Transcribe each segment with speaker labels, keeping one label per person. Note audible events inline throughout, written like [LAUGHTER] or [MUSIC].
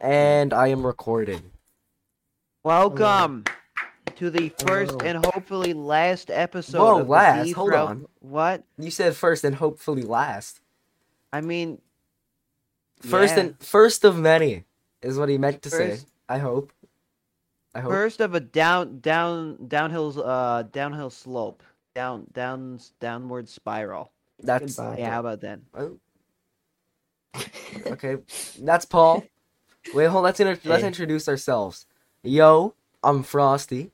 Speaker 1: And I am recording.
Speaker 2: Welcome to the first and hopefully last episode
Speaker 1: Whoa,
Speaker 2: of
Speaker 1: last?
Speaker 2: the Deep
Speaker 1: Hold
Speaker 2: Route-
Speaker 1: on.
Speaker 2: What?
Speaker 1: You said first and hopefully last.
Speaker 2: I mean,
Speaker 1: First
Speaker 2: Yeah.
Speaker 1: and first of many is what he meant to say.
Speaker 2: First-
Speaker 1: I hope. I hope.
Speaker 2: first of a down, down, downhill, uh, downhill slope, down, down, downward spiral.
Speaker 1: That's
Speaker 3: Goodbye.
Speaker 2: Yeah, how about that?
Speaker 1: oh, [LAUGHS] okay. That's Paul. Wait, hold. Let's inter- let's
Speaker 2: Hey.
Speaker 1: introduce ourselves. Yo, I'm Frosty.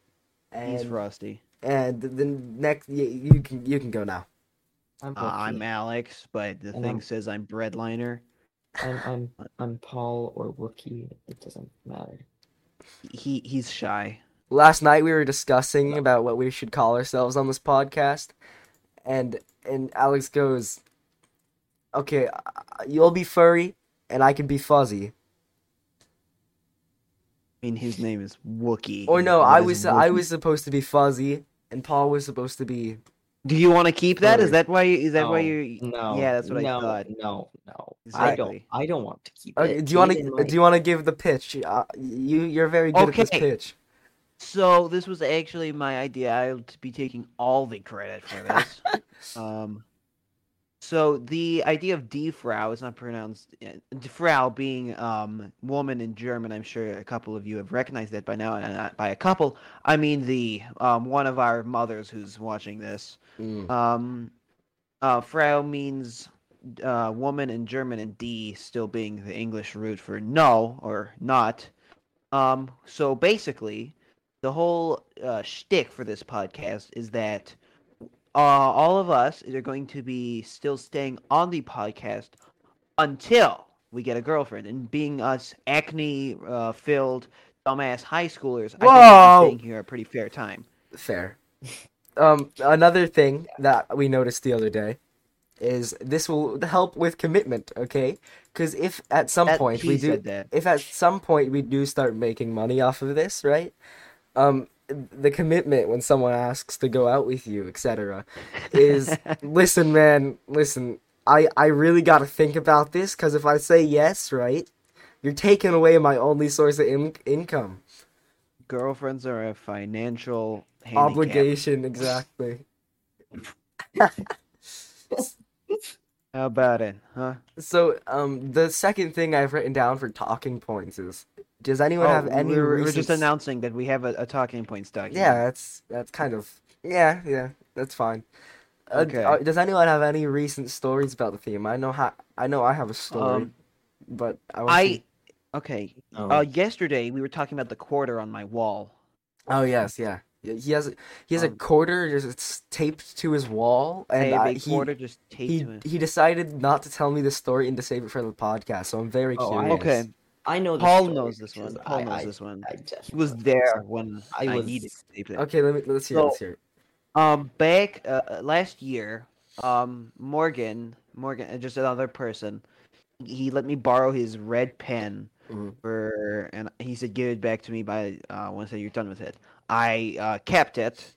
Speaker 2: He's
Speaker 1: And,
Speaker 2: frosty.
Speaker 1: and the next, you, you can you can go now.
Speaker 3: I'm
Speaker 2: Uh, I'm
Speaker 3: Ricky.
Speaker 2: Alex, but the
Speaker 3: And
Speaker 2: thing
Speaker 3: I'm-
Speaker 2: says I'm breadliner.
Speaker 3: I'm
Speaker 2: [LAUGHS]
Speaker 3: I'm I'm Paul or Wookie. It doesn't matter.
Speaker 2: He he's shy.
Speaker 1: last night we were discussing about what we should call ourselves on this podcast and and alex goes okay I- you'll be furry and i can be fuzzy
Speaker 2: I mean, his name is Wookie.
Speaker 1: or no
Speaker 2: It
Speaker 1: i
Speaker 2: is
Speaker 1: was i
Speaker 2: Wookie.
Speaker 1: was supposed to be fuzzy and paul was supposed to be
Speaker 2: Do you want to keep that? Is
Speaker 1: Furry.
Speaker 2: that why? you- Is that why
Speaker 3: No,
Speaker 2: you?
Speaker 3: No.
Speaker 2: Yeah, that's what I
Speaker 3: no,
Speaker 2: thought.
Speaker 3: No, no. I don't.
Speaker 2: Exactly.
Speaker 3: I don't want to keep
Speaker 1: okay,
Speaker 3: it.
Speaker 1: do you want to
Speaker 3: Even my-
Speaker 1: do you want to give the pitch uh, you you're very good at this
Speaker 2: Okay.
Speaker 1: pitch
Speaker 2: So this was actually my idea. I'll t- be taking all the credit for this. um, so the idea of die Frau is not pronounced uh, die Frau being um woman in German. I'm sure a couple of you have recognized that by now, and not by a couple, I mean the um one of our mothers who's watching this.
Speaker 1: Mm.
Speaker 2: Um, uh, Frau means uh, woman in German, and D still being the English root for no or not. Um, so basically, the whole uh, shtick for this podcast is that uh, all of us are going to be still staying on the podcast until we get a girlfriend. And being us acne uh, filled dumbass high schoolers, I
Speaker 1: Whoa!
Speaker 2: think we're staying here a pretty fair time.
Speaker 1: fair um another thing that we noticed the other day is this will help with commitment okay because if at some
Speaker 2: That-
Speaker 1: point
Speaker 2: he
Speaker 1: we do
Speaker 2: said that.
Speaker 1: if at some point we do start making money off of this, right? Um, the commitment when someone asks to go out with you, etc., is
Speaker 2: [LAUGHS]
Speaker 1: listen, man, listen. I I really got to think about this because if I say yes, right, you're taking away my only source of in- income
Speaker 2: girlfriends are a financial handicap. [LAUGHS]
Speaker 1: obligation. Exactly.
Speaker 2: How about it, huh?
Speaker 1: So um, the second thing I've written down for talking points is: Does anyone
Speaker 2: Oh,
Speaker 1: have any?
Speaker 2: we were, we were
Speaker 1: recent
Speaker 2: just announcing that we have a, a talking points document.
Speaker 1: Yeah, that's that's kind of yeah, yeah, that's fine. Uh, d-
Speaker 2: Okay.
Speaker 1: uh, does anyone have any recent stories about the theme? I know how I know I have a story,
Speaker 2: Um,
Speaker 1: but I want
Speaker 2: I. Okay.
Speaker 3: No.
Speaker 2: Uh, yesterday we were talking about the quarter on my wall.
Speaker 1: oh yes, yeah. Yeah, He has a- he has a
Speaker 2: Um,
Speaker 1: quarter just it's taped to his wall,
Speaker 2: I
Speaker 1: and
Speaker 2: have
Speaker 1: I,
Speaker 2: a
Speaker 1: he
Speaker 2: quarter just taped
Speaker 1: he
Speaker 2: to it.
Speaker 1: he decided not to tell me the story and to save it for the podcast. So I'm very
Speaker 3: Oh, I-
Speaker 1: curious.
Speaker 2: Okay.
Speaker 3: I know. this
Speaker 2: Paul
Speaker 3: story
Speaker 2: knows this
Speaker 3: because
Speaker 2: one. Paul
Speaker 3: I-
Speaker 2: knows
Speaker 3: I-
Speaker 2: this one.
Speaker 3: I just
Speaker 2: He was there when
Speaker 3: I
Speaker 2: I,
Speaker 3: was-
Speaker 2: needed to tape it.
Speaker 1: Okay, let me let's hear it,
Speaker 2: So-
Speaker 1: let's hear it.
Speaker 2: Um, back uh, uh, last year, um, Morgan, Morgan, uh, just another person, he let me borrow his red pen
Speaker 1: Mhm.
Speaker 2: for, and he said give it back to me by uh, once that you're done with it. I uh, kept it,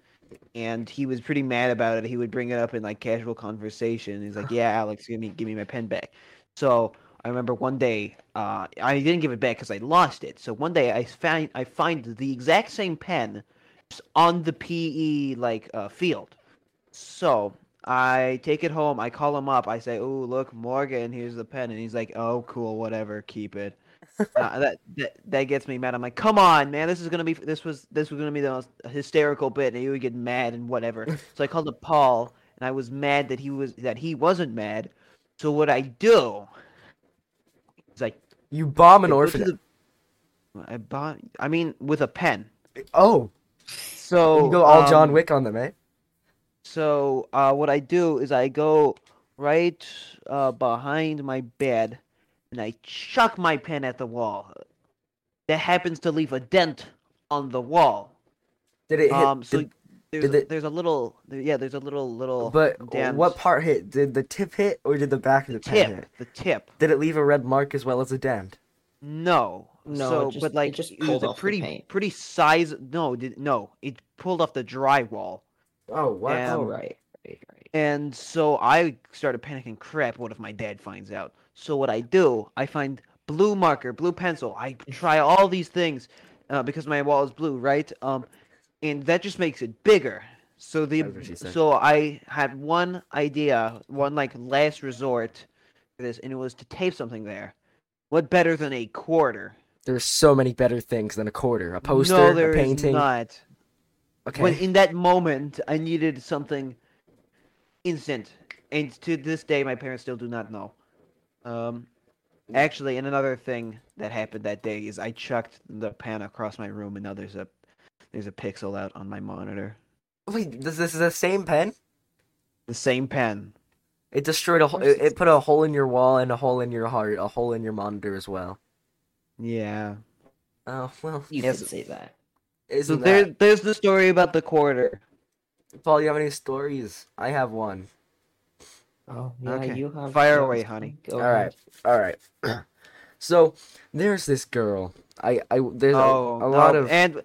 Speaker 2: and he was pretty mad about it. He would bring it up in like casual conversation. He's like, "Yeah, Alex, give me give me my pen back." So I remember one day, uh, I didn't give it back because I lost it. So one day I find I find the exact same pen just on the PE like uh, field. So I take it home. I call him up. I say, "Oh, look, Morgan, here's the pen," and he's like, "Oh, cool, whatever, keep it."
Speaker 1: [LAUGHS]
Speaker 2: Uh, that, that that gets me mad. I'm like, "Come on, man, this is gonna be this was this was gonna be the most hysterical bit," and he would get mad and
Speaker 1: [LAUGHS]
Speaker 2: whatever. so I called up Paul, and I was mad that he was that he wasn't mad. So what I do is like
Speaker 1: You bomb an
Speaker 2: I go to
Speaker 1: orphan.
Speaker 2: the- I bought. I mean, with a pen.
Speaker 1: Oh,
Speaker 2: So
Speaker 1: you go all John
Speaker 2: um,
Speaker 1: Wick on them, eh?
Speaker 2: So uh, what I do is I go right uh, behind my bed, and I chuck my pen at the wall. That happens to leave a dent on the wall.
Speaker 1: Did it hit?
Speaker 2: Um, so
Speaker 1: did-
Speaker 2: there's
Speaker 1: did it-
Speaker 2: there's a little there- yeah there's a little little
Speaker 1: But
Speaker 2: dent.
Speaker 1: what part hit? Did the tip hit or did the back of the, pen hit?
Speaker 2: tip the tip
Speaker 1: Did it leave a red mark as well as a dent?
Speaker 2: no
Speaker 3: No, it
Speaker 2: so
Speaker 3: just-
Speaker 2: but
Speaker 3: it
Speaker 2: like
Speaker 3: just
Speaker 2: was
Speaker 3: pulled
Speaker 2: a
Speaker 3: off the
Speaker 2: pretty
Speaker 3: paint.
Speaker 2: pretty size no did, no it pulled off the drywall
Speaker 1: Oh, what?
Speaker 2: Yeah.
Speaker 3: Oh
Speaker 2: um,
Speaker 3: right, right, right.
Speaker 2: And so I started panicking. Crap! What if my dad finds out? So what I do, I find blue marker, blue pencil. I try all these things uh, because my wall is blue, right? Um, and that just makes it bigger. So the
Speaker 1: That's what she said.
Speaker 2: so I had one idea, one like last resort for this, and it was to tape something there. What better than a quarter?
Speaker 1: There's so many better things than a quarter. A poster,
Speaker 2: no, there
Speaker 1: a
Speaker 2: is
Speaker 1: painting.
Speaker 2: not.
Speaker 1: Okay.
Speaker 2: But in that moment, I needed something instant, and to this day, my parents still do not know. Um, actually, and another thing that happened that day is I chucked the pen across my room, and now there's a there's a pixel out on my monitor.
Speaker 1: [LAUGHS] Wait, this, this is the same pen?
Speaker 2: The same pen.
Speaker 1: It destroyed a hole.
Speaker 3: course
Speaker 1: It,
Speaker 3: it's-
Speaker 1: it put a hole in your wall and a hole in your heart, a hole in your monitor as well.
Speaker 2: Yeah.
Speaker 1: Oh well.
Speaker 3: You
Speaker 2: Yes.
Speaker 3: can say that.
Speaker 2: So
Speaker 1: Isn't
Speaker 2: there,
Speaker 1: that
Speaker 2: there's the story about the quarter.
Speaker 1: Paul? You have any stories? I have one.
Speaker 3: Oh, yeah,
Speaker 2: Okay.
Speaker 3: you have
Speaker 2: Fire
Speaker 3: yeah,
Speaker 2: away, honey.
Speaker 3: Go
Speaker 1: All right. All right. [CLEARS THROAT] so there's this girl. I I there's a-
Speaker 2: Oh,
Speaker 1: a,
Speaker 2: no,
Speaker 1: lot of
Speaker 2: and.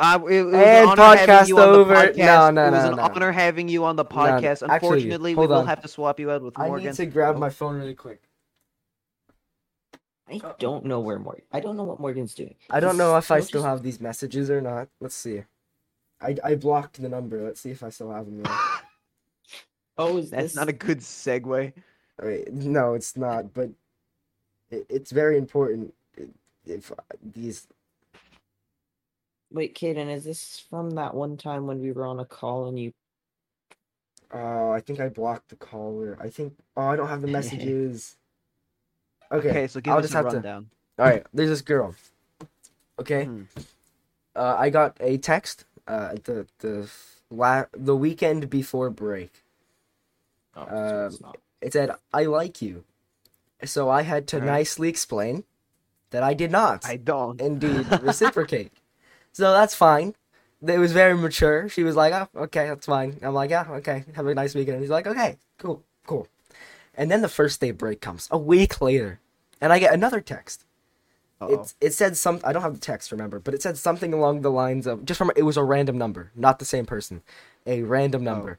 Speaker 2: I, it, it
Speaker 1: And
Speaker 2: was an honor having
Speaker 1: podcast
Speaker 2: you on the
Speaker 1: over. No,
Speaker 2: podcast.
Speaker 1: no,
Speaker 2: It was
Speaker 1: no,
Speaker 2: an
Speaker 1: no.
Speaker 2: honor having you on the
Speaker 1: no.
Speaker 2: podcast.
Speaker 1: Actually,
Speaker 2: Unfortunately,
Speaker 1: hold
Speaker 2: we will
Speaker 1: on.
Speaker 2: have to swap you out with
Speaker 1: I
Speaker 2: Morgan.
Speaker 1: need to grab my phone really quick.
Speaker 3: I don't know where Morgan. I don't know what Morgan's doing.
Speaker 1: I don't
Speaker 3: He's
Speaker 1: know if I still
Speaker 3: just-
Speaker 1: have these messages or not. Let's see. I I blocked the number. Let's see if I still have them. there.
Speaker 3: Oh, is
Speaker 2: That's
Speaker 3: this
Speaker 2: not a good segue.
Speaker 1: I mean, no, it's not, but it, it's very important i- if uh, these
Speaker 3: Wait, Kaden, is this from that one time when we were on a call and you?
Speaker 1: oh, I think I blocked the caller. I think oh, I don't have the messages. Okay.
Speaker 2: Okay, so give
Speaker 1: I'll
Speaker 2: us
Speaker 1: just
Speaker 2: a
Speaker 1: have to- Eh,
Speaker 2: rundown.
Speaker 1: All right, there's this girl. Okay.
Speaker 2: Hmm.
Speaker 1: Uh, I got a text uh at the the f- la- the weekend before break.
Speaker 3: Oh,
Speaker 1: Um,
Speaker 3: it's not.
Speaker 1: It said, "I like you." So I had to
Speaker 2: All right.
Speaker 1: nicely explain that I did not.
Speaker 2: I
Speaker 1: [LAUGHS]
Speaker 2: don't.
Speaker 1: indeed reciprocate. so that's fine. It was very mature. She was like, "Oh, okay, that's fine." I'm like, "Yeah, okay. Have a nice weekend." And he's like, "Okay, cool, cool." And then the first day break comes a week later, and I get another text.
Speaker 2: Uh-oh.
Speaker 1: It it said some. I don't have the text, remember, but it said something along the lines of just from. It was a random number, not the same person. A random
Speaker 2: Oh.
Speaker 1: number.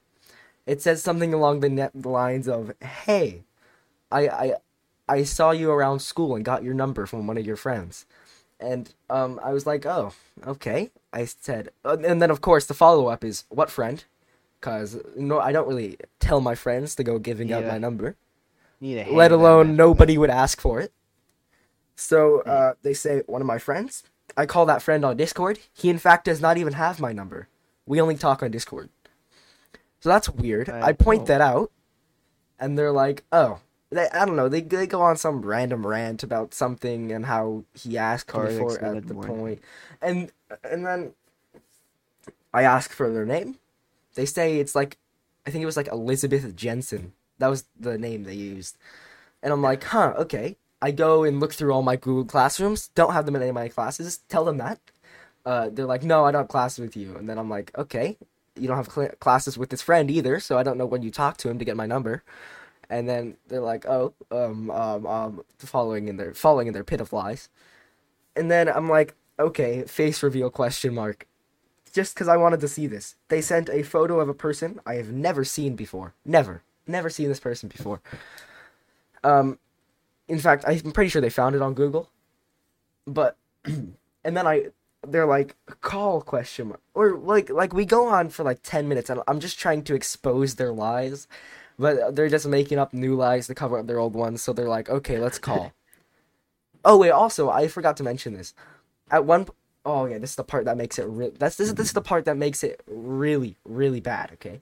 Speaker 1: It says something along the net the lines of, "Hey, I I I saw you around school and got your number from one of your friends." And um, I was like, oh, okay. I said, uh, and then of course the follow up is what friend? Cause no, I don't really tell my friends to go giving out
Speaker 2: Yeah.
Speaker 1: my number,
Speaker 2: Need a
Speaker 1: let
Speaker 2: hand on
Speaker 1: alone
Speaker 2: that.
Speaker 1: nobody would ask for it. So
Speaker 2: Hmm.
Speaker 1: uh, they say one of my friends. I call that friend on Discord. He in fact does not even have my number. We only talk on Discord. So that's weird.
Speaker 2: Right.
Speaker 1: I point
Speaker 3: Oh.
Speaker 1: that out, and they're like, "Oh, they, I don't know." They, they go on some random rant about something and how he asked
Speaker 2: Car
Speaker 1: me for it at
Speaker 2: accident
Speaker 1: the
Speaker 2: warning.
Speaker 1: point, and and then I ask for their name. They say it's like, I think it was like Elizabeth Jensen. That was the name they used, and I'm like, "Huh, okay." I go and look through all my Google classrooms. Don't have them in any of my classes. Tell them that. Uh, they're like, "No, I don't have classes with you," and then I'm like, "Okay." you don't have cl- classes with this friend either, so I don't know when you talk to him to get my number. And then they're like, oh, um, um, um, following in their falling in their pit of lies. And then I'm like, okay, face reveal question mark. Just because I wanted to see this, they sent a photo of a person I have never seen before. Never, never seen this person before. Um, in fact, I'm pretty sure they found it on Google. But [CLEARS THROAT] and then I they're like call question mark or like like we go on for like 10 minutes and i'm just trying to expose their lies but they're just making up new lies to cover up their old ones so they're like okay let's call oh wait also i forgot to mention this at one p- oh yeah this is the part that makes it real that's this, is- this is the part that makes it really really bad okay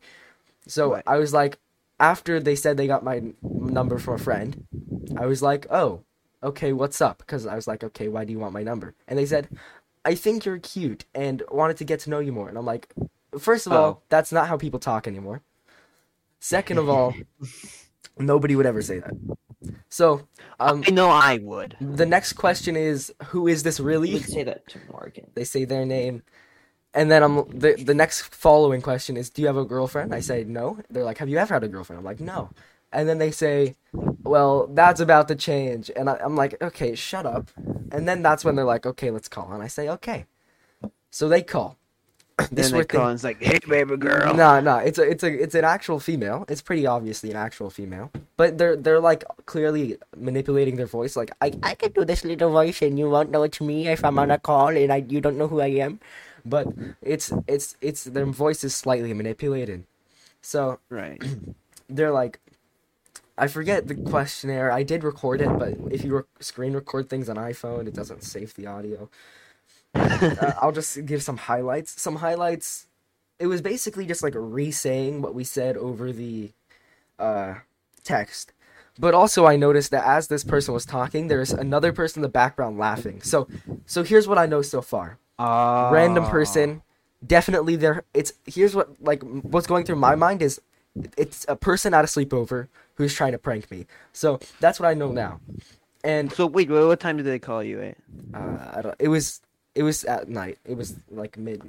Speaker 1: so
Speaker 2: What?
Speaker 1: i was like after they said they got my n- number from a friend i was like oh okay what's up because i was like okay why do you want my number and they said I think you're cute and wanted to get to know you more. And I'm like, first of
Speaker 2: Oh.
Speaker 1: all, that's not how people talk anymore. Second of all, nobody would ever say that. So, um,
Speaker 2: I know I would.
Speaker 1: the next question is, who is this
Speaker 3: You
Speaker 1: really?
Speaker 2: [LAUGHS]
Speaker 3: would say that to Morgan.
Speaker 1: They say their name, and then I'm the the next following question is, do you have a girlfriend? I say no. They're like, have you ever had a girlfriend? I'm like, no. And then they say, well, that's about to change. And I, I'm like, okay, shut up. And then that's when they're like, okay, let's call. And I say, okay. So they call. this
Speaker 2: then
Speaker 1: weird thing.
Speaker 2: Colin's like, "Hey, baby girl."
Speaker 1: No, no, it's a, it's a, it's an actual female. It's pretty obviously an actual female, but they're they're like clearly manipulating their voice. Like I, I can do this little voice, and you won't know it's me if I'm on a call, and I you don't know who I am. But it's it's it's their voice is slightly manipulated, so
Speaker 2: Right.
Speaker 1: [CLEARS THROAT] they're like, I forget the questionnaire. I did record it, but if you rec- screen record things on iPhone, it doesn't save the audio. uh, I'll just give some highlights. Some highlights. It was basically just like re-saying what we said over the uh, text. But also, I noticed that as this person was talking, there's another person in the background laughing. So, so here's what I know so far:
Speaker 2: Uh,
Speaker 1: random person, definitely there. It's here's what like what's going through my mind is, it's a person at a sleepover who's trying to prank me. So that's what I know now. And
Speaker 2: So wait, wait, what time did they call you eh? at?
Speaker 1: uh, I don't, it was it was at night. It was like mid.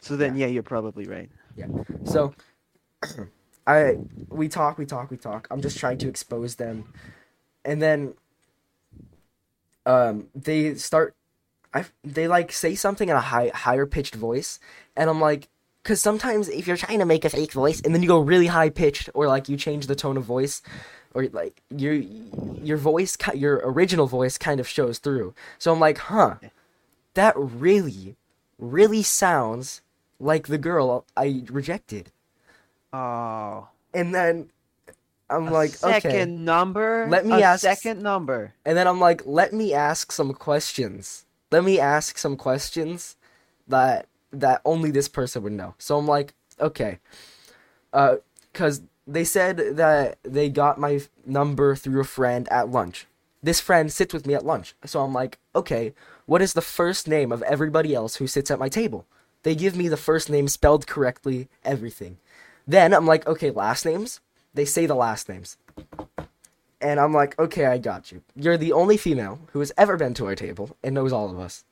Speaker 2: So then, yeah, you're probably right.
Speaker 1: So [CLEARS THROAT] I we talk, we talk, we talk. I'm just trying to expose them, and then um they start. I they like say something in a high higher pitched voice, and I'm like. Cause sometimes if you're trying to make a fake voice and then you go really high pitched or like you change the tone of voice, or like your your voice, ki- your original voice kind of shows through. So I'm like, huh, that really, really sounds like the girl I rejected.
Speaker 2: Oh,
Speaker 1: And then I'm
Speaker 2: a
Speaker 1: like,
Speaker 2: second
Speaker 1: okay.
Speaker 2: number.
Speaker 1: Let me
Speaker 2: a
Speaker 1: ask s-
Speaker 2: Second number.
Speaker 1: And then I'm like, let me ask some questions. Let me ask some questions that that only this person would know. So I'm like, okay. Uh cuz they said that they got my f- number through a friend at lunch. This friend sits with me at lunch. So I'm like, okay, what is the first name of everybody else who sits at my table? They give me the first name spelled correctly, everything. Then I'm like, okay, last names? They say the last names. And I'm like, okay, I got you. You're the only female who has ever been to our table and knows all of
Speaker 2: [LAUGHS]
Speaker 1: us.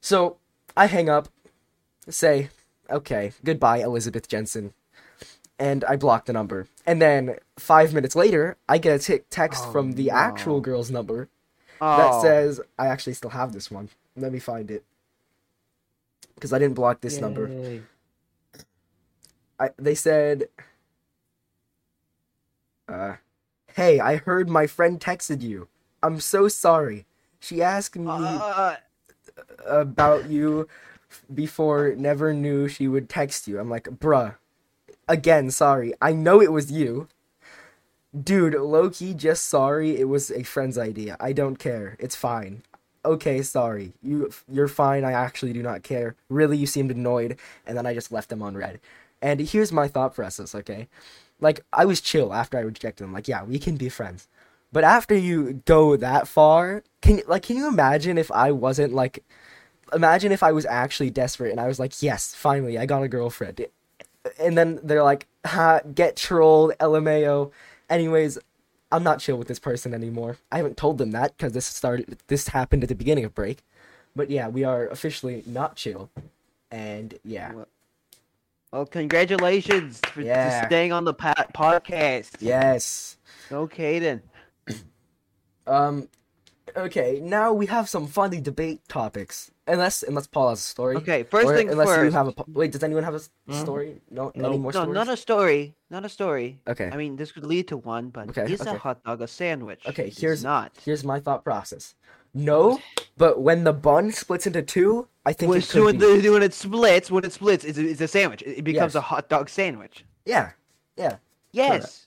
Speaker 1: so I hang up, say, okay, goodbye, Elizabeth Jensen. And I block the number. And then five minutes later, I get a t- text
Speaker 2: Oh,
Speaker 1: from the
Speaker 2: no.
Speaker 1: actual girl's number
Speaker 2: Oh,
Speaker 1: that says, I actually still have this one. Let me find it. Because I didn't block this number.
Speaker 3: Yay.
Speaker 1: I, they said, uh, "Hey, I heard my friend texted you. I'm so sorry. She asked me
Speaker 2: uh,
Speaker 1: about you f- before. Never knew she would text you. I'm like, bruh. Again, sorry. I know it was you." Dude, low key, just sorry. It was a friend's idea. I don't care. It's fine. Okay, sorry. You, you're fine. I actually do not care. Really, you seemed annoyed, and then I just left them on red. And here's my thought process. Okay, like I was chill after I rejected them. Like, yeah, we can be friends. But after you go that far, can like can you imagine if I wasn't like, imagine if I was actually desperate and I was like, yes, finally, I got a girlfriend and then they're like, ha, get trolled, LMAO. Anyways, I'm not chill with this person anymore. I haven't told them that because this started, this happened at the beginning of break. But yeah, we are officially not chill. And yeah,
Speaker 2: well, congratulations for just
Speaker 1: Yeah.
Speaker 2: staying on the po- podcast.
Speaker 1: yes.
Speaker 2: Okay then.
Speaker 1: Um, okay. Now we have some funny debate topics. Unless, unless Paul has a story.
Speaker 2: Okay, first
Speaker 1: Or
Speaker 2: thing
Speaker 1: unless
Speaker 2: first. Hmm?
Speaker 1: you have a po- wait. Does anyone have a s-
Speaker 3: Mm.
Speaker 1: story? No,
Speaker 3: No.
Speaker 1: any more
Speaker 2: Oh, no,
Speaker 1: stories?
Speaker 2: not a story. Not a story.
Speaker 1: Okay.
Speaker 2: I mean, this could lead to one, but
Speaker 1: Okay,
Speaker 2: is
Speaker 1: okay.
Speaker 2: a hot dog a sandwich?
Speaker 1: Okay,
Speaker 2: It's
Speaker 1: here's-
Speaker 2: not.
Speaker 1: Here's my thought process. No, but when the bun splits into two, I think
Speaker 2: When,
Speaker 1: it could
Speaker 2: [LAUGHS] when,
Speaker 1: be.
Speaker 2: the- when it splits, when it splits, it's a, it's a sandwich. It it becomes
Speaker 1: Yes.
Speaker 2: a hot dog sandwich.
Speaker 1: Yeah, yeah.
Speaker 2: Yes.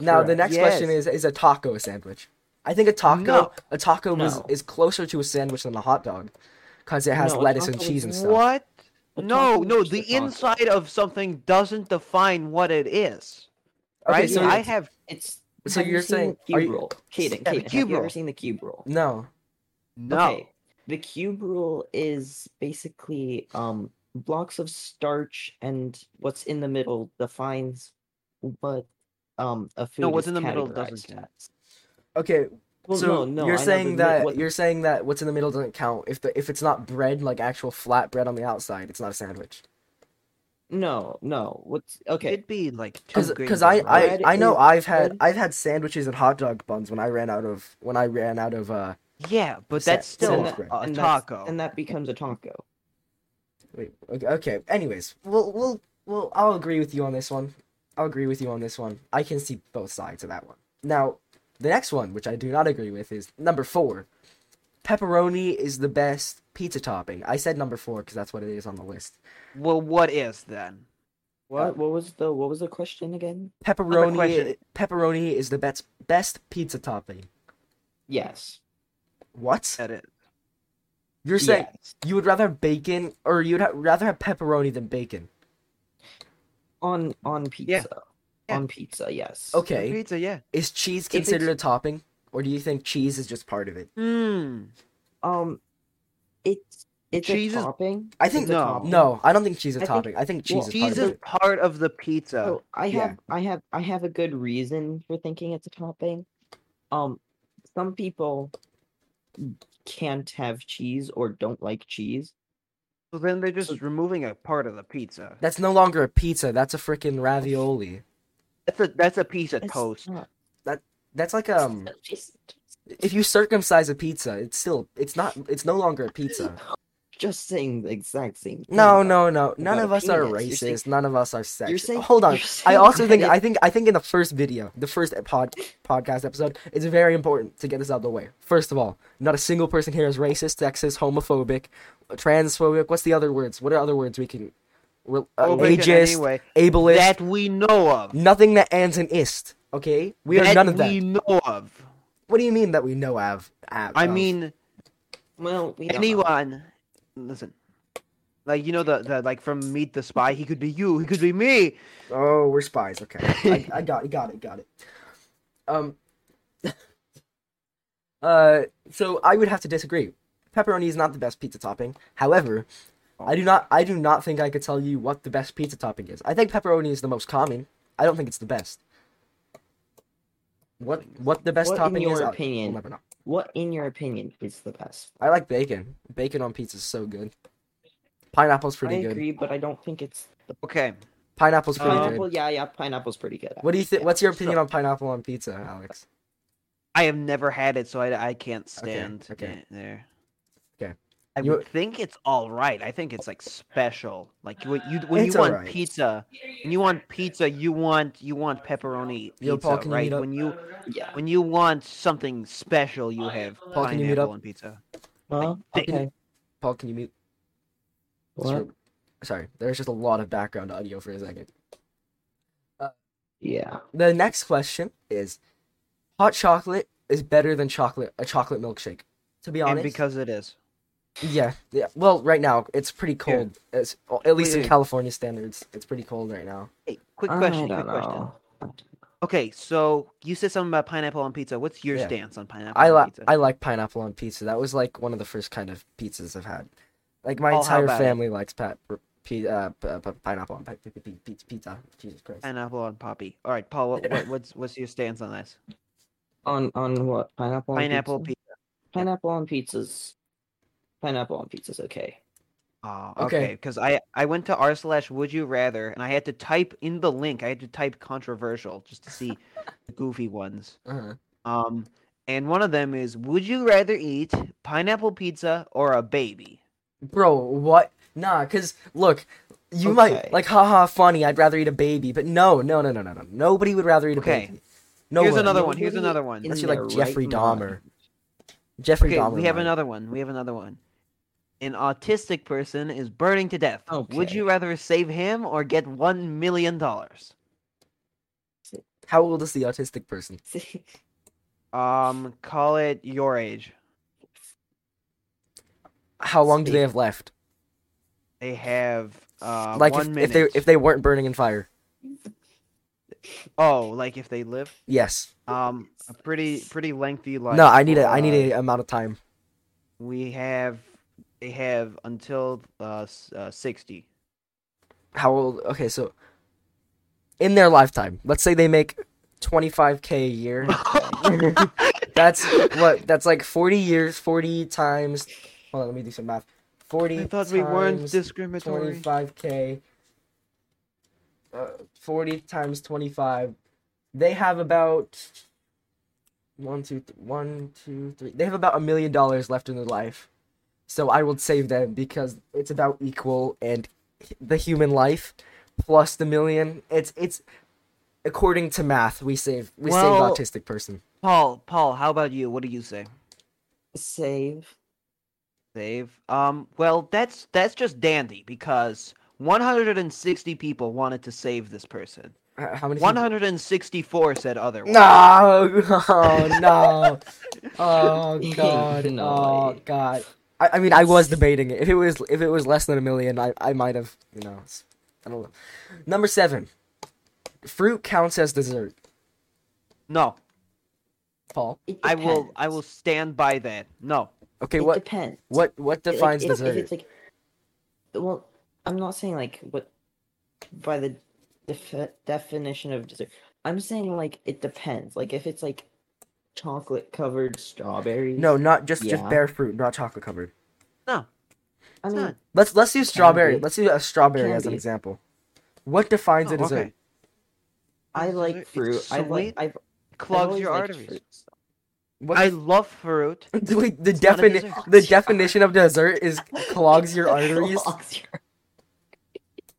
Speaker 1: Now the
Speaker 3: Correct.
Speaker 1: next question
Speaker 2: Yes.
Speaker 1: is is a taco a sandwich? I think a taco
Speaker 2: No.
Speaker 1: a taco is,
Speaker 3: No.
Speaker 1: is closer to a sandwich than a hot dog cuz it has
Speaker 3: No, a
Speaker 1: lettuce and
Speaker 3: taco
Speaker 1: cheese
Speaker 3: is
Speaker 1: and stuff.
Speaker 2: What?
Speaker 3: A
Speaker 2: No,
Speaker 3: taco
Speaker 2: no.
Speaker 3: is
Speaker 2: The
Speaker 3: just a taco.
Speaker 2: inside of something doesn't define what it is.
Speaker 1: Okay,
Speaker 2: Right?
Speaker 1: so
Speaker 2: I
Speaker 1: it's-
Speaker 2: have
Speaker 3: It's
Speaker 1: So
Speaker 3: have you
Speaker 1: you're
Speaker 3: seen
Speaker 1: saying-
Speaker 3: the cube
Speaker 1: are you-
Speaker 3: rule? Kaden,
Speaker 2: Yeah, the
Speaker 3: Kaden, have
Speaker 2: cube
Speaker 3: you
Speaker 2: rule.
Speaker 3: ever seen the cube rule?
Speaker 1: No.
Speaker 2: no.
Speaker 3: Okay. The cube rule is basically um blocks of starch and what's in the middle defines what um a food
Speaker 2: No, what's
Speaker 3: is
Speaker 2: in the middle doesn't
Speaker 3: categorized
Speaker 2: count.
Speaker 3: as.
Speaker 1: Okay,
Speaker 3: Well,
Speaker 1: so
Speaker 3: no, no,
Speaker 1: you're
Speaker 3: I know
Speaker 1: saying
Speaker 3: the mi-
Speaker 1: that
Speaker 3: what-
Speaker 1: you're saying that what's in the middle doesn't count if the if it's not bread like actual flat bread on the outside, it's not a sandwich.
Speaker 3: no, no. What's okay?
Speaker 2: It'd be like two
Speaker 1: Cuz
Speaker 2: grains
Speaker 1: cuz
Speaker 2: of
Speaker 1: I, I
Speaker 2: rice.
Speaker 1: I know
Speaker 3: is
Speaker 1: I've had
Speaker 3: bread.
Speaker 1: I've had sandwiches and hot dog buns when I ran out of when I ran out of uh
Speaker 2: yeah, but
Speaker 1: Sa-
Speaker 2: that's still
Speaker 1: sandwich
Speaker 2: a,
Speaker 1: bread.
Speaker 2: a
Speaker 3: and that's-
Speaker 2: taco.
Speaker 3: and that becomes a taco.
Speaker 1: Wait, okay, okay. Anyways, we'll we'll well, I'll agree with you on this one. I'll agree with you on this one. I can see both sides of that one. Now, the next one, which I do not agree with, is number four. Pepperoni is the best pizza topping. I said number four because that's what it is on the list.
Speaker 2: Well, what is then?
Speaker 3: What? What was the what was the question again?
Speaker 1: Pepperoni,
Speaker 2: question.
Speaker 1: pepperoni is the best best pizza topping.
Speaker 3: Yes.
Speaker 1: What?
Speaker 2: That is.
Speaker 1: You're saying
Speaker 3: Yes.
Speaker 1: you would rather have bacon, or you'd ha- rather have pepperoni than bacon?
Speaker 3: on on pizza.
Speaker 2: Yeah.
Speaker 3: On pizza, yes.
Speaker 1: Okay,
Speaker 2: Pizza, yeah.
Speaker 1: is cheese
Speaker 3: it's-
Speaker 1: considered a topping, or do you think cheese is just part of it?
Speaker 2: Mm.
Speaker 3: Um, it's it's
Speaker 2: Cheese
Speaker 3: a
Speaker 2: is-
Speaker 3: topping.
Speaker 1: I think
Speaker 3: it's a
Speaker 2: No.
Speaker 3: topping.
Speaker 1: No, I don't think cheese is a
Speaker 3: I think-
Speaker 1: topping. I think cheese
Speaker 3: well,
Speaker 1: is part of
Speaker 2: Cheese is
Speaker 1: it.
Speaker 2: part of the pizza.
Speaker 3: So I
Speaker 1: yeah.
Speaker 3: have I have I have a good reason for thinking it's a topping. Um, some people can't have cheese or don't like cheese.
Speaker 2: so then they're just removing a part of the pizza.
Speaker 1: That's no longer a pizza. That's a freaking ravioli.
Speaker 2: That's a that's a piece of
Speaker 3: It's
Speaker 2: toast.
Speaker 3: not-
Speaker 1: That's like
Speaker 3: it's
Speaker 1: um,
Speaker 3: not [LAUGHS] just,
Speaker 1: if you circumcise a pizza, it's still it's not it's no longer a
Speaker 3: [LAUGHS]
Speaker 1: pizza.
Speaker 3: Oh just saying the exact same. thing
Speaker 1: No,
Speaker 3: about-
Speaker 1: no, no. None
Speaker 3: about
Speaker 1: of
Speaker 3: a
Speaker 1: us are
Speaker 3: penis. You're saying-
Speaker 1: racist. None of us are
Speaker 3: You're
Speaker 1: sexist.
Speaker 3: saying
Speaker 1: Hold on.
Speaker 3: you're saying
Speaker 1: I also think
Speaker 3: [LAUGHS] that
Speaker 1: I think I think in the first video, the first pod podcast episode, it's very important to get this out of the way. First of all, not a single person here is racist, sexist, homophobic, transphobic. What's the other words? What are other words we can? Re- uh,
Speaker 2: Well, bacon
Speaker 1: ageist,
Speaker 2: anyway,
Speaker 1: ableist.
Speaker 2: that we know of.
Speaker 1: Nothing that ends in ist. Okay, we are
Speaker 2: that
Speaker 1: none of that.
Speaker 2: we know of.
Speaker 1: What do you mean that we know um, of? of-
Speaker 2: I
Speaker 1: of?
Speaker 2: mean,
Speaker 3: Well, we don't know.
Speaker 2: anyone. Listen, like you know the, the like from Meet the Spy, he could be you, he could be me.
Speaker 1: Oh, we're spies. Okay, I,
Speaker 3: [LAUGHS]
Speaker 1: I got it. Got it. Got it. Um. [LAUGHS] uh, so I would have to disagree. Pepperoni is not the best pizza topping. However, I do not. I do not think I could tell you what the best pizza topping is. I think pepperoni is the most common. I don't think it's the best. What what the best
Speaker 3: What in
Speaker 1: topping
Speaker 3: your
Speaker 1: is? uh, I-
Speaker 3: opinion?
Speaker 1: We'll never know.
Speaker 3: What, in your opinion, is the best?
Speaker 1: I like bacon. Bacon on pizza is so good. Pineapple's pretty
Speaker 3: I
Speaker 1: good.
Speaker 3: agree, but I don't think it's the
Speaker 2: Okay,
Speaker 1: Pineapple's pretty
Speaker 2: Uh,
Speaker 3: pineapple.
Speaker 1: good.
Speaker 3: Yeah, yeah, pineapple's pretty good.
Speaker 1: What do you think?
Speaker 3: actually,
Speaker 1: What's your opinion on pineapple on pizza, Alex?
Speaker 2: I have never had it, so I, I can't stand
Speaker 1: okay.
Speaker 2: it there.
Speaker 1: Okay.
Speaker 2: I
Speaker 1: You-
Speaker 2: would think it's all right. I think it's like special. Like you, you when
Speaker 1: It's
Speaker 2: you want
Speaker 1: alright.
Speaker 2: pizza, when you want pizza, you want you want pepperoni pizza,
Speaker 1: Yo, Paul, can you
Speaker 2: right?
Speaker 1: meet up?
Speaker 2: when you
Speaker 3: Yeah.
Speaker 2: when you want something special, you have
Speaker 1: Paul, can you meet
Speaker 2: pineapple
Speaker 1: up?
Speaker 2: on pizza.
Speaker 3: Well,
Speaker 1: [LAUGHS] Like,
Speaker 3: okay.
Speaker 1: Paul, can you mute? this
Speaker 3: What?
Speaker 1: room? Sorry, there's just a lot of background audio for a second.
Speaker 3: Yeah.
Speaker 1: The next question is: Hot chocolate is better than chocolate a chocolate milkshake. To be honest,
Speaker 2: And because it is.
Speaker 1: yeah, yeah. Well, right now it's pretty cold. It's, well, at least in
Speaker 2: Wait.
Speaker 1: California standards, it's pretty cold right now.
Speaker 2: Hey, quick
Speaker 3: I
Speaker 2: question.
Speaker 3: don't
Speaker 2: Quick question.
Speaker 3: know.
Speaker 2: Okay, so you said something about pineapple on pizza. What's your
Speaker 1: Yeah.
Speaker 2: stance on pineapple
Speaker 1: I
Speaker 2: on
Speaker 1: like
Speaker 2: pizza?
Speaker 1: I like pineapple on pizza. That was like one of the first kind of pizzas I've had. Like my
Speaker 2: Oh, how
Speaker 1: entire
Speaker 2: about it?
Speaker 1: family likes pat, p, uh, p, p- pineapple on pi- pi- pi- pi- pizza. Jesus Christ.
Speaker 2: pineapple on poppy. All right, Paul. What, what, what's what's your stance on
Speaker 1: [LAUGHS]
Speaker 2: this?
Speaker 3: On on what? Pineapple.
Speaker 2: Pineapple
Speaker 3: On
Speaker 2: pizza.
Speaker 3: pizza? Pineapple on pizzas. Pineapple on pizza's okay.
Speaker 2: Oh,
Speaker 1: Okay.
Speaker 2: okay. Because I I went to r slash would you rather and I had to type in the link. I had to type controversial just to see the goofy ones.
Speaker 1: Uh-huh.
Speaker 2: Um, and one of them is would you rather eat pineapple pizza or a baby?
Speaker 1: Bro, what? Nah, cause look, you might
Speaker 3: Okay.
Speaker 1: like haha funny. I'd rather eat a baby, but no, no, no, no, no, no. Nobody would rather eat a
Speaker 2: Okay.
Speaker 1: baby. No
Speaker 2: Here's
Speaker 1: one.
Speaker 2: another one. Here's
Speaker 3: Nobody
Speaker 2: another one.
Speaker 3: in
Speaker 1: Unless you
Speaker 3: their
Speaker 1: like Jeffrey
Speaker 3: right
Speaker 1: Dahmer.
Speaker 3: mind-
Speaker 1: Jeffrey
Speaker 2: Okay,
Speaker 1: Dahmer.
Speaker 2: we have
Speaker 1: might.
Speaker 2: another one. We have another one. An autistic person is burning to death. Would
Speaker 3: Okay.
Speaker 2: you rather save him or get one million dollars?
Speaker 1: How old is the autistic person?
Speaker 2: Um, call it your age.
Speaker 1: How long do
Speaker 3: Speak.
Speaker 1: they have left?
Speaker 2: They have uh
Speaker 1: like
Speaker 2: one
Speaker 1: if, if
Speaker 2: minute.
Speaker 1: they if they weren't burning in fire.
Speaker 2: oh, like if they live
Speaker 1: Yes.
Speaker 2: um a pretty pretty lengthy life.
Speaker 1: No, I need a I
Speaker 2: Uh,
Speaker 1: need a amount of time.
Speaker 2: We have they have until uh, s- uh
Speaker 3: [LAUGHS]
Speaker 2: sixty.
Speaker 1: how old okay so in their lifetime let's say they make 25k a
Speaker 2: [LAUGHS]
Speaker 1: year that's what that's like 40 years 40 times hold on let me do some math 40
Speaker 2: I thought we weren't
Speaker 1: times
Speaker 2: discriminatory.
Speaker 1: 25k uh, 40 times 25 they have about one two th- one two three they have about a million dollars left in their life So I would save them because it's about equal and h- the human life plus the million. It's it's according to math we save we
Speaker 2: Well-
Speaker 1: save autistic person.
Speaker 2: Paul, Paul, how about you? What do you say?
Speaker 3: [LAUGHS] Save.
Speaker 2: Save. Um, well, that's that's just dandy because 160 people wanted to save this person.
Speaker 1: H- How many? people-
Speaker 2: 164 said otherwise.
Speaker 1: No, [LAUGHS] oh, no.
Speaker 3: [LAUGHS]
Speaker 1: Oh god.
Speaker 3: No
Speaker 1: Oh
Speaker 3: way.
Speaker 1: god. I, I mean, I was debating it. If it was if it was less than a million, I I might have you know. s- I don't know. Number seven. Fruit counts as dessert.
Speaker 2: No,
Speaker 1: Paul.
Speaker 3: It
Speaker 2: I will I
Speaker 3: depends.
Speaker 2: will stand by that. No.
Speaker 1: Okay.
Speaker 3: it
Speaker 1: what
Speaker 3: depends.
Speaker 1: what what
Speaker 3: Like,
Speaker 1: defines
Speaker 3: if-
Speaker 1: dessert?
Speaker 3: If it's like, well, I'm not saying like what by the defi- definition of dessert. I'm saying like it depends. Like if it's like chocolate covered strawberries.
Speaker 1: no, not just just
Speaker 3: Yeah.
Speaker 1: bare fruit, not chocolate covered.
Speaker 3: I
Speaker 2: it's not.
Speaker 3: mean
Speaker 1: Let's let's use strawberry.
Speaker 3: Candy.
Speaker 1: Let's use a strawberry as an
Speaker 3: Candy.
Speaker 1: example. What defines a
Speaker 2: Oh,
Speaker 1: dessert?
Speaker 2: okay.
Speaker 3: I like
Speaker 2: It's
Speaker 3: fruit. I like
Speaker 2: sweet,
Speaker 3: I've, I've
Speaker 2: Clogs
Speaker 3: always
Speaker 2: your
Speaker 3: liked
Speaker 2: arteries.
Speaker 3: fruit.
Speaker 1: What
Speaker 2: I love fruit.
Speaker 1: Wait, [LAUGHS] the
Speaker 2: It's not a
Speaker 1: definition
Speaker 2: dessert.
Speaker 1: the definition of dessert is
Speaker 2: [LAUGHS]
Speaker 1: clogs
Speaker 3: [LAUGHS]
Speaker 1: your arteries.
Speaker 3: Clogs your-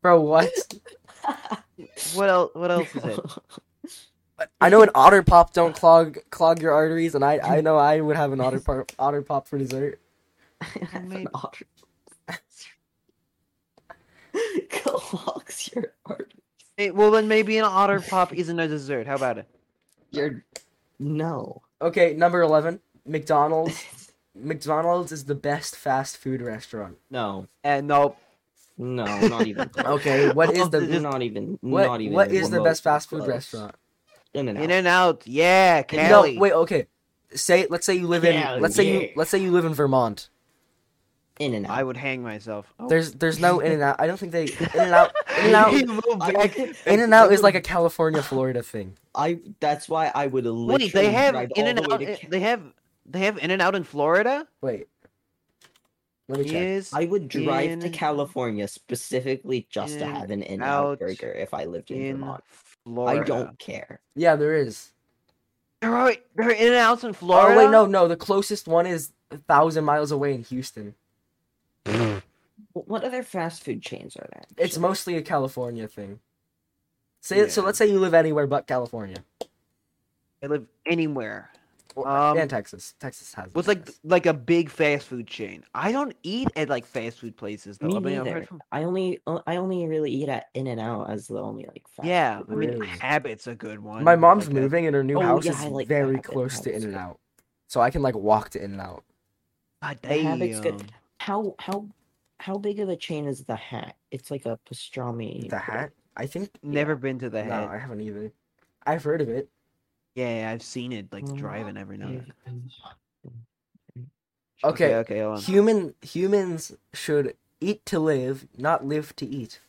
Speaker 1: Bro, what?
Speaker 2: What else? What else
Speaker 3: [LAUGHS]
Speaker 2: is it? [LAUGHS]
Speaker 1: I know an otter pop don't clog clog your arteries, and I I know I would have an otter pop otter pop for dessert.
Speaker 3: Have an
Speaker 2: Maybe.
Speaker 3: otter-
Speaker 2: [LAUGHS]
Speaker 3: Clogs your arteries.
Speaker 2: Hey, well, then maybe an otter pop isn't a dessert. How about it?
Speaker 3: Your no.
Speaker 1: Okay, number eleven, McDonald's. McDonald's is the best fast food restaurant.
Speaker 3: No.
Speaker 2: And no,
Speaker 1: [LAUGHS]
Speaker 3: No, not even close.
Speaker 1: Okay, what is
Speaker 3: [LAUGHS]
Speaker 1: the
Speaker 2: Just-
Speaker 3: not even
Speaker 1: what,
Speaker 3: not even
Speaker 1: what is the
Speaker 3: remotely
Speaker 1: best fast food
Speaker 3: close.
Speaker 1: restaurant?
Speaker 3: In and out.
Speaker 2: In and Out. Yeah,
Speaker 1: No,
Speaker 2: Cali.
Speaker 1: wait, okay. Say let's say you live
Speaker 3: Yeah,
Speaker 1: in let's say you
Speaker 3: yeah.
Speaker 1: let's say you live in Vermont.
Speaker 3: In and out.
Speaker 2: I would hang myself. Oh. [LAUGHS]
Speaker 1: There's there's no in and out. I don't think they in and out in [LAUGHS] and
Speaker 3: [LAUGHS]
Speaker 2: He
Speaker 1: out
Speaker 2: moved [LAUGHS]
Speaker 3: I
Speaker 2: back.
Speaker 3: would-
Speaker 1: in and out
Speaker 3: I
Speaker 1: is like a
Speaker 3: would-
Speaker 1: California Florida thing.
Speaker 3: I. That's why I would literally.
Speaker 2: Wait, they have
Speaker 3: drive all
Speaker 2: In and
Speaker 3: the way
Speaker 2: Out.
Speaker 3: to
Speaker 2: in-
Speaker 3: Ca-
Speaker 2: They have they have In and Out in Florida.
Speaker 1: Wait. Let me check.
Speaker 2: Yes.
Speaker 3: I would drive
Speaker 2: In
Speaker 3: to
Speaker 2: and-
Speaker 3: California specifically just to
Speaker 2: in
Speaker 3: have an in out
Speaker 2: out,
Speaker 3: burger if I lived in,
Speaker 2: in
Speaker 3: Vermont.
Speaker 2: Florida.
Speaker 3: I don't care.
Speaker 1: Yeah, there is.
Speaker 2: There are there are In and Outs in Florida.
Speaker 1: Oh wait, no, no. The closest one is a thousand miles away in Houston.
Speaker 3: Wh- What other fast food chains are there?
Speaker 1: It's
Speaker 3: Shit.
Speaker 1: mostly a California thing. Say so.
Speaker 2: Yeah.
Speaker 1: Let's say you live anywhere but California
Speaker 2: [SNIFFS] I live anywhere.
Speaker 1: Well,
Speaker 2: Um,
Speaker 1: and Texas. Texas has.
Speaker 2: What's
Speaker 1: one,
Speaker 2: like
Speaker 1: yes.
Speaker 2: like a big fast food chain? I don't eat at like fast food places though.
Speaker 3: Me
Speaker 2: I mean, I've
Speaker 3: neither.
Speaker 2: heard from
Speaker 3: I only o- I only really eat at In and Out as the only like fast
Speaker 2: yeah.
Speaker 3: food
Speaker 2: I mean,
Speaker 1: Really?
Speaker 2: Habit's a good one.
Speaker 1: My
Speaker 2: but,
Speaker 1: mom's
Speaker 2: like, uh, that-
Speaker 1: moving, and her new
Speaker 3: Oh,
Speaker 1: house
Speaker 3: yeah,
Speaker 1: is
Speaker 3: I like that.
Speaker 1: very
Speaker 3: That
Speaker 1: close to
Speaker 3: sounds
Speaker 1: In and
Speaker 3: good.
Speaker 1: Out, so I can like walk to In and Out.
Speaker 2: God
Speaker 3: The Habit's good.
Speaker 2: Ah, damn.
Speaker 3: How how how big of a chain is the hat? It's like a pastrami.
Speaker 1: The hat? I think.
Speaker 2: Never been to the
Speaker 1: No,
Speaker 2: head.
Speaker 1: I haven't either. I've heard of it.
Speaker 2: Yeah, I've seen it like
Speaker 1: Mm-hmm.
Speaker 3: Mm.
Speaker 2: driving every now. and then.
Speaker 1: Okay.
Speaker 2: okay, hold on.
Speaker 1: Human humans should eat to live, not live to eat.